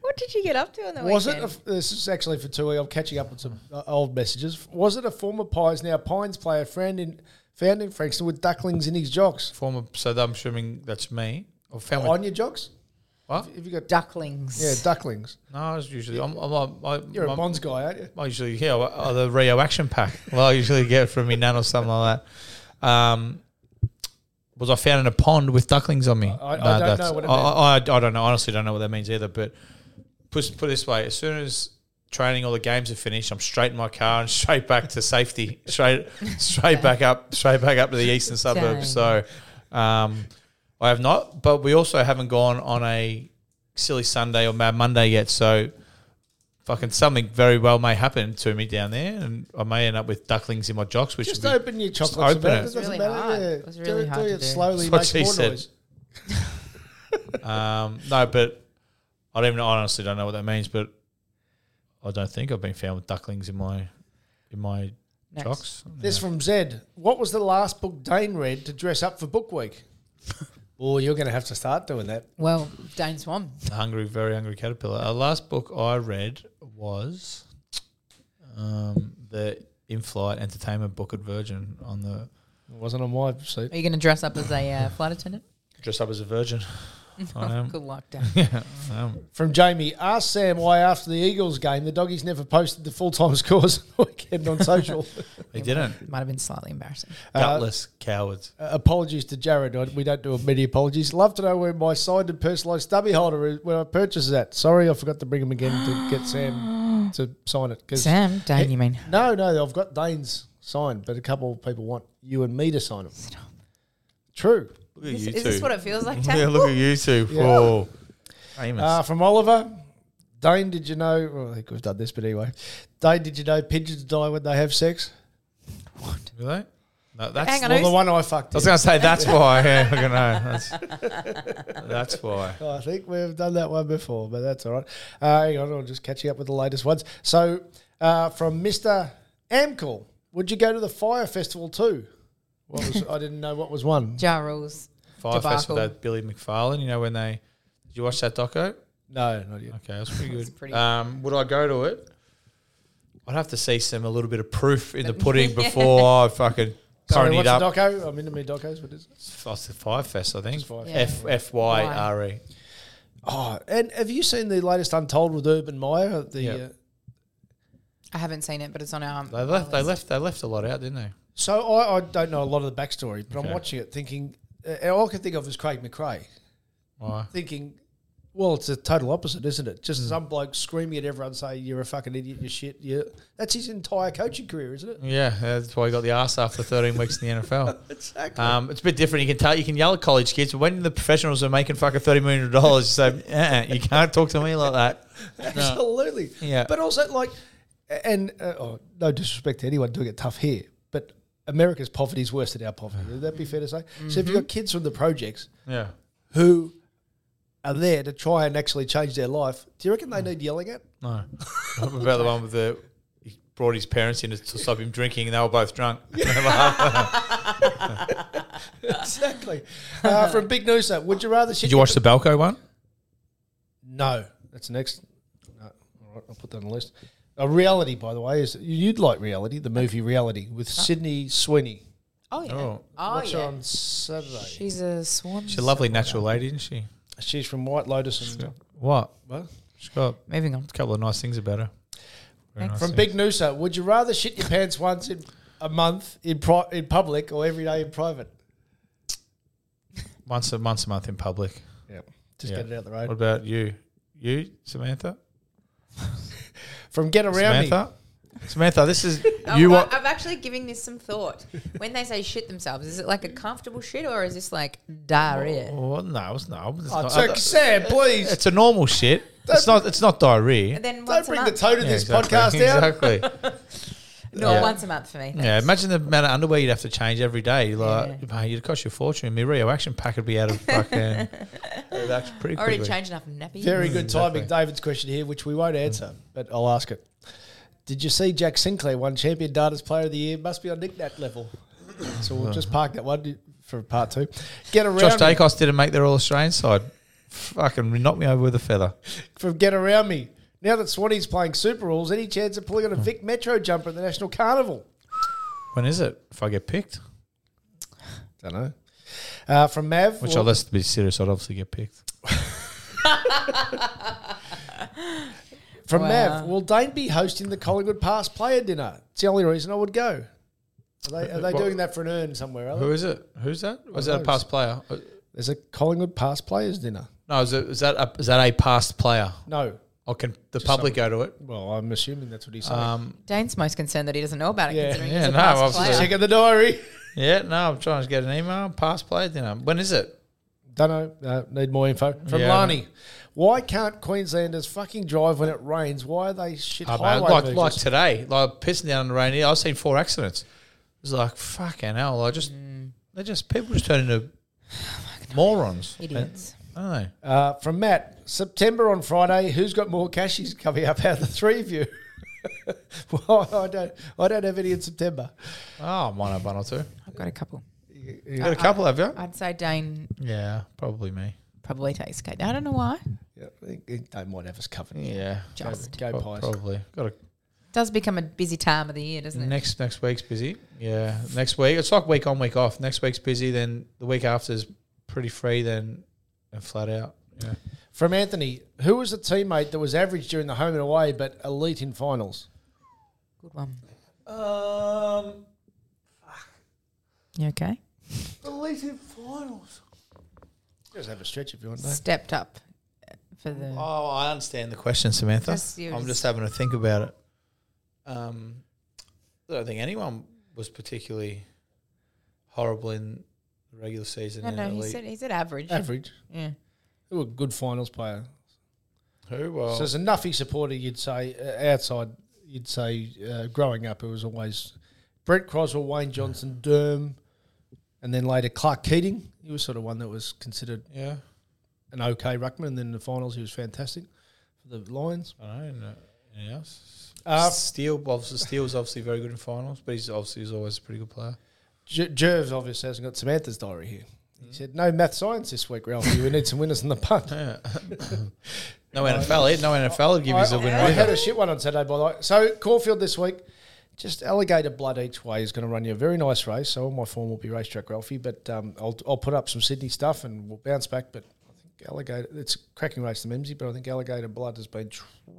[SPEAKER 2] What did you get up to on the
[SPEAKER 1] Was it?
[SPEAKER 2] weekend?
[SPEAKER 1] A, this is actually for Tui. I'm catching up on some uh, old messages. Was it a former Pies, now Pines player found in, found in Frankston with ducklings in his jocks?
[SPEAKER 3] Former. So I'm assuming that's me. Or family.
[SPEAKER 1] On your jocks?
[SPEAKER 3] What?
[SPEAKER 1] Have you got
[SPEAKER 2] Ducklings.
[SPEAKER 1] yeah ducklings?
[SPEAKER 3] No, I was usually. I'm. I'm, I'm, I'm
[SPEAKER 1] You're a
[SPEAKER 3] I'm-
[SPEAKER 1] Bonds guy, aren't you?
[SPEAKER 3] I usually yeah, well, oh, the Rio Action Pack. Well, I usually get it from my nan or something like that. Um, was I found in a pond with ducklings on me?
[SPEAKER 1] I- I don't know what it
[SPEAKER 3] I, I, I don't know. Honestly, don't know what that means either. But put put it this way: as soon as training, all the games are finished, I'm straight in my car and straight back to safety, straight straight back up, straight back up to the eastern suburbs. So, um, I have not. But we also haven't gone on a silly Sunday or Mad Monday yet. So fucking something very well may happen to me down there, and I may end up with ducklings in my jocks, which
[SPEAKER 1] Just
[SPEAKER 3] would be,
[SPEAKER 1] open your chocolates.
[SPEAKER 3] open
[SPEAKER 1] about
[SPEAKER 3] it.
[SPEAKER 1] It
[SPEAKER 3] It's
[SPEAKER 1] doesn't
[SPEAKER 2] really
[SPEAKER 1] matter.
[SPEAKER 2] hard.
[SPEAKER 1] Yeah.
[SPEAKER 2] It was really
[SPEAKER 1] do,
[SPEAKER 2] hard
[SPEAKER 1] do
[SPEAKER 2] to
[SPEAKER 1] it
[SPEAKER 2] do.
[SPEAKER 1] slowly.
[SPEAKER 3] That's what
[SPEAKER 1] makes
[SPEAKER 3] she
[SPEAKER 1] more
[SPEAKER 3] said.
[SPEAKER 1] noise.
[SPEAKER 3] um, no, but I don't even I honestly don't know what that means, but I don't think I've been found with ducklings in my in my
[SPEAKER 2] Next.
[SPEAKER 3] jocks.
[SPEAKER 1] This from Zed. What was the last book Dane read to dress up for Book Week? oh, you're going to have to start doing that.
[SPEAKER 2] Well, Dane Swan.
[SPEAKER 3] A hungry, very hungry caterpillar. Our last book I read was um, the in-flight entertainment book at Virgin on the
[SPEAKER 1] It wasn't on my seat.
[SPEAKER 2] Are you going to dress up as a uh, flight attendant?
[SPEAKER 3] dress up as a virgin. I am.
[SPEAKER 2] Good luck, Dane.
[SPEAKER 3] I am.
[SPEAKER 1] From Jamie, ask Sam why after the Eagles game the doggies never posted the full time scores on the weekend on social.
[SPEAKER 3] They didn't.
[SPEAKER 2] Might have been slightly embarrassing.
[SPEAKER 3] Gutless cowards.
[SPEAKER 1] Uh, apologies to Jared. I, we don't do a many apologies. Love to know where my signed and personalised stubby holder is when I purchase that. Sorry, I forgot to bring him again to get Sam to sign it. 'cause- Eh,
[SPEAKER 2] Sam, Dane, you mean?
[SPEAKER 1] No, no, I've got Dane's signed, but a couple of people want you and me to sign them. True.
[SPEAKER 3] Look at
[SPEAKER 2] Is,
[SPEAKER 3] you
[SPEAKER 2] is
[SPEAKER 3] two.
[SPEAKER 2] this what it feels like, Dane?
[SPEAKER 3] yeah, look at you two.
[SPEAKER 1] Yeah.
[SPEAKER 3] Whoa. Ah. Famous.
[SPEAKER 1] Uh, from Oliver. Dane, did you know? Well, I think we've done this, but anyway. Dane, did you know pigeons die when they have sex?
[SPEAKER 3] Do they? No, that's
[SPEAKER 2] Hang on,
[SPEAKER 1] Well, the
[SPEAKER 2] who's-
[SPEAKER 1] one I fucked.
[SPEAKER 3] I was
[SPEAKER 1] in.
[SPEAKER 3] going to say that's why. Yeah, I know. That's, that's why.
[SPEAKER 1] I think we've done that one before, but that's all right. Uh, hang on, I'm just catching up with the latest ones. So, uh, from Mr. Amkel, would you go to the Fire Festival too? What was, I didn't know what was one.
[SPEAKER 2] Ja Rule's
[SPEAKER 3] Fire Fest
[SPEAKER 2] Debacle.
[SPEAKER 3] with that Billy McFarlane. You know when they? Did you watch that doco?
[SPEAKER 1] No, not yet.
[SPEAKER 3] Okay, that's pretty good.
[SPEAKER 2] pretty-
[SPEAKER 3] um, would I go to it? I'd have to see some a little bit of proof in the pudding before I fucking
[SPEAKER 1] Sorry,
[SPEAKER 3] turn it
[SPEAKER 1] what's
[SPEAKER 3] up.
[SPEAKER 1] a doco? I'm into me docos. What is it?
[SPEAKER 3] That's the Fire Fest, I think.
[SPEAKER 1] Just Fyre
[SPEAKER 3] F F Y R E.
[SPEAKER 1] Oh, and have you seen the latest Untold with Urban Meyer? The
[SPEAKER 3] Yeah.
[SPEAKER 1] uh,
[SPEAKER 2] I haven't seen it, but it's on our.
[SPEAKER 3] They left. They left. They left a lot out, didn't they?
[SPEAKER 1] So I, I don't know a lot of the backstory, but I'm
[SPEAKER 3] Okay.
[SPEAKER 1] watching it thinking, uh, all I can think of is Craig McRae,
[SPEAKER 3] Why? Hmm.
[SPEAKER 1] thinking, Well, it's the total opposite, isn't it? Just some bloke screaming at everyone, saying you're a fucking idiot, you're shit. Yeah, that's his entire coaching career, isn't it?
[SPEAKER 3] Yeah, that's why he got the ass after 13 weeks in the NFL. exactly. Um, it's a bit different. You can tell, you can yell at college kids, but when the professionals are making fucking 30 million dollars, you say, uh you can't talk to me like that. No.
[SPEAKER 1] Absolutely.
[SPEAKER 3] Yeah.
[SPEAKER 1] But also, like, and uh, oh, no disrespect to anyone doing it tough here, but America's poverty is worse than our poverty. Would that be fair to say? So
[SPEAKER 3] Mm-hmm.
[SPEAKER 1] if you've got kids from the projects
[SPEAKER 3] Yeah.
[SPEAKER 1] who are there to try and actually change their life, do you reckon
[SPEAKER 3] Hmm.
[SPEAKER 1] they need yelling at?
[SPEAKER 3] No. What about the one with the he brought his parents in to stop him drinking and they were both drunk.
[SPEAKER 1] exactly. Uh, from Big Noosa, would you rather shit?
[SPEAKER 3] Did you watch the Belco one?
[SPEAKER 1] No, that's next. No. All right, I'll put that on the list. A reality, by the way, is you'd like reality, the movie Reality with Sydney Sweeney.
[SPEAKER 2] Oh yeah.
[SPEAKER 3] Oh.
[SPEAKER 2] Oh,
[SPEAKER 1] Watch her
[SPEAKER 2] yeah.
[SPEAKER 1] on Saturday.
[SPEAKER 2] She's a swan.
[SPEAKER 3] She's a lovely natural lady, isn't she?
[SPEAKER 1] She's from White Lotus. And,
[SPEAKER 3] What?
[SPEAKER 1] What?
[SPEAKER 3] She's got a
[SPEAKER 2] Moving on.
[SPEAKER 3] couple of nice things about her. Very nice
[SPEAKER 1] From Big
[SPEAKER 3] things.
[SPEAKER 1] Noosa, would you rather shit your pants once in a month in pri- in public or every day in private?
[SPEAKER 3] once a once a month in public.
[SPEAKER 1] Yeah, just
[SPEAKER 3] Yeah.
[SPEAKER 1] get it out the
[SPEAKER 3] What
[SPEAKER 1] road.
[SPEAKER 3] about you? You, Samantha?
[SPEAKER 1] From Get Around Me,
[SPEAKER 3] Samantha? Samantha, this is
[SPEAKER 2] Oh,
[SPEAKER 3] you
[SPEAKER 2] I-
[SPEAKER 3] what
[SPEAKER 2] I'm actually giving this some thought. When they say shit themselves, is it like a comfortable shit or is this like diarrhea?
[SPEAKER 3] Well, no, it's no. It's,
[SPEAKER 1] oh,
[SPEAKER 3] not,
[SPEAKER 1] so, Sam, please
[SPEAKER 3] it's a normal shit. It's not. It's not diarrhea.
[SPEAKER 2] And then
[SPEAKER 1] don't
[SPEAKER 2] once a
[SPEAKER 1] bring the
[SPEAKER 2] month,
[SPEAKER 1] toe to
[SPEAKER 3] Yeah,
[SPEAKER 1] this
[SPEAKER 3] exactly,
[SPEAKER 1] podcast down.
[SPEAKER 3] exactly.
[SPEAKER 2] no,
[SPEAKER 3] Yeah.
[SPEAKER 2] once a month for me.
[SPEAKER 3] yeah, imagine the amount of underwear you'd have to change every day. Like,
[SPEAKER 2] Yeah.
[SPEAKER 3] mate, you'd cost you a fortune. My Rio Action Pack would be out of fucking. that's pretty
[SPEAKER 2] Already
[SPEAKER 3] quickly.
[SPEAKER 2] changed enough nappies.
[SPEAKER 1] Very good timing,
[SPEAKER 3] Mm, exactly. Mm.
[SPEAKER 1] David's question here, which we won't answer, but I'll ask it. Did you see Jack Sinclair won champion darters player of the year? Must be on Nick Nat level. So we'll just park that one for part two. Get around
[SPEAKER 3] Josh
[SPEAKER 1] me.
[SPEAKER 3] Dacos didn't make their All Australian side. Fucking knocked me over with a feather.
[SPEAKER 1] from Get Around Me. Now that Swanee's playing Super Rules, any chance of pulling
[SPEAKER 3] Hmm.
[SPEAKER 1] on a Vic Metro jumper at the National Carnival?
[SPEAKER 3] When is it? If I get picked,
[SPEAKER 1] Don't know. Uh, from Mav,
[SPEAKER 3] which
[SPEAKER 1] well,
[SPEAKER 3] well, let's be serious, I'd obviously get picked.
[SPEAKER 1] from
[SPEAKER 2] Wow.
[SPEAKER 1] Mav, will Dane be hosting the Collingwood Pass player dinner? It's the only reason I would go. Are they, are they
[SPEAKER 3] What-
[SPEAKER 1] doing that for an urn somewhere? Are
[SPEAKER 3] Who
[SPEAKER 1] they?
[SPEAKER 3] is it? Who's that? Was that a
[SPEAKER 1] knows?
[SPEAKER 3] past player? Uh,
[SPEAKER 1] There's a Collingwood Pass players dinner.
[SPEAKER 3] No, is, it, is that a, is that a past player?
[SPEAKER 1] No.
[SPEAKER 3] Or can the public go to it?
[SPEAKER 1] Well, I'm assuming that's what he's saying.
[SPEAKER 3] Um,
[SPEAKER 2] Dane's most concerned that he doesn't know about it.
[SPEAKER 1] Yeah.
[SPEAKER 2] considering
[SPEAKER 3] Yeah,
[SPEAKER 2] he's a
[SPEAKER 3] no,
[SPEAKER 2] past
[SPEAKER 3] obviously.
[SPEAKER 2] player.
[SPEAKER 1] Check out the diary.
[SPEAKER 3] Yeah, no, I'm trying to get an email. Past player dinner. When is it?
[SPEAKER 1] Don't know. Uh, need more info from
[SPEAKER 3] Yeah, I
[SPEAKER 1] Lani. Why can't Queenslanders fucking drive when it rains? Why are they shit
[SPEAKER 3] Oh, man,
[SPEAKER 1] highway
[SPEAKER 3] like
[SPEAKER 1] movers?
[SPEAKER 3] like today, like pissing down in the rain here. I've seen four accidents. It was like fucking hell. I just they just people just turn into morons.
[SPEAKER 2] Idiots.
[SPEAKER 3] I don't know.
[SPEAKER 1] Uh, from Matt, September on Friday. Who's got more cashies coming up out of the three of you? well, I don't. I don't have any in September.
[SPEAKER 3] Oh, I might have one or two.
[SPEAKER 2] I've got a couple.
[SPEAKER 3] You got a couple, have you?
[SPEAKER 2] I'd say Dane
[SPEAKER 3] Yeah, probably me.
[SPEAKER 2] probably takes Kate. I don't know why.
[SPEAKER 1] Yeah, they- they don't mind have us covered.
[SPEAKER 3] Yeah,
[SPEAKER 2] Just.
[SPEAKER 1] Go
[SPEAKER 3] Pro-
[SPEAKER 1] pies.
[SPEAKER 3] probably got a
[SPEAKER 2] does become a busy time of the year, doesn't it?
[SPEAKER 3] next next week's busy. Yeah, next week it's like week on week off. Next week's busy, then the week after is pretty free, then and flat out. Yeah.
[SPEAKER 1] From Anthony, who was the teammate that was average during the home and away but elite in finals?
[SPEAKER 2] Good one.
[SPEAKER 3] Um,
[SPEAKER 2] You okay?
[SPEAKER 3] elite in finals.
[SPEAKER 1] Just have a stretch if you want. Dave.
[SPEAKER 2] Stepped up for the.
[SPEAKER 3] Oh, I understand the question, Samantha.
[SPEAKER 2] Just you
[SPEAKER 3] I'm
[SPEAKER 2] just-
[SPEAKER 3] just having to think about it. Um, I don't think anyone was particularly horrible in the regular season.
[SPEAKER 2] No,
[SPEAKER 3] and
[SPEAKER 2] no, he
[SPEAKER 3] elite.
[SPEAKER 2] said he said average.
[SPEAKER 1] Average.
[SPEAKER 2] Yeah.
[SPEAKER 1] Who a good finals player?
[SPEAKER 3] who? Well,
[SPEAKER 1] So as a Nuffy supporter, you'd say uh, outside, you'd say uh, growing up, it was always Brent Croswell, Wayne Johnson, Derm, and then later Clark Keating. He was sort of one that was considered
[SPEAKER 3] yeah,
[SPEAKER 1] an okay ruckman, and then in the finals he was fantastic for the Lions.
[SPEAKER 3] I don't know. Anything else?
[SPEAKER 1] Uh,
[SPEAKER 3] Steele, obviously, Steele's obviously very good in finals, but he's obviously he's always a pretty good player.
[SPEAKER 1] J- Jervs obviously hasn't got Samantha's diary here. He said, "No math science this week, Ralphie. We need some winners in the punt."
[SPEAKER 3] No NFL, e-, no NFL would give you a win.
[SPEAKER 1] I had
[SPEAKER 3] Right?
[SPEAKER 1] a shit one on Saturday, by the way. So Caulfield this week, just alligator blood each way is going to run you a very nice race. So all my form will be racetrack Ralphie, but um, I'll I'll put up some Sydney stuff and we'll bounce back. But I think alligator, it's a cracking race to Memsey, but I think alligator blood has been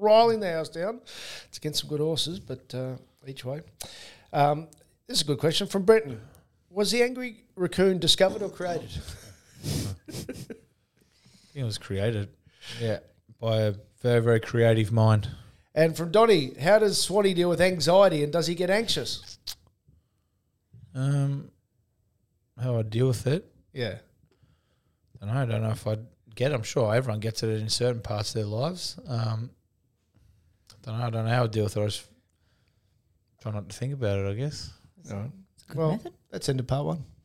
[SPEAKER 1] trialing the house down. It's against some good horses, but uh, each way. Um, this is a good question from Breton. Was the angry raccoon discovered or created?
[SPEAKER 3] It was created.
[SPEAKER 1] Yeah.
[SPEAKER 3] by a very, very creative mind.
[SPEAKER 1] And from Donnie, how does Swanee deal with anxiety and does he get anxious?
[SPEAKER 3] Um, how I deal with it,
[SPEAKER 1] Yeah.
[SPEAKER 3] I don't know. I don't know if I get. it. I'm sure everyone gets it in certain parts of their lives. Um, I don't know. I don't know how I deal with it. I just try not to think about it. I guess.
[SPEAKER 4] Good
[SPEAKER 1] Well,
[SPEAKER 4] method.
[SPEAKER 1] that's end of part one.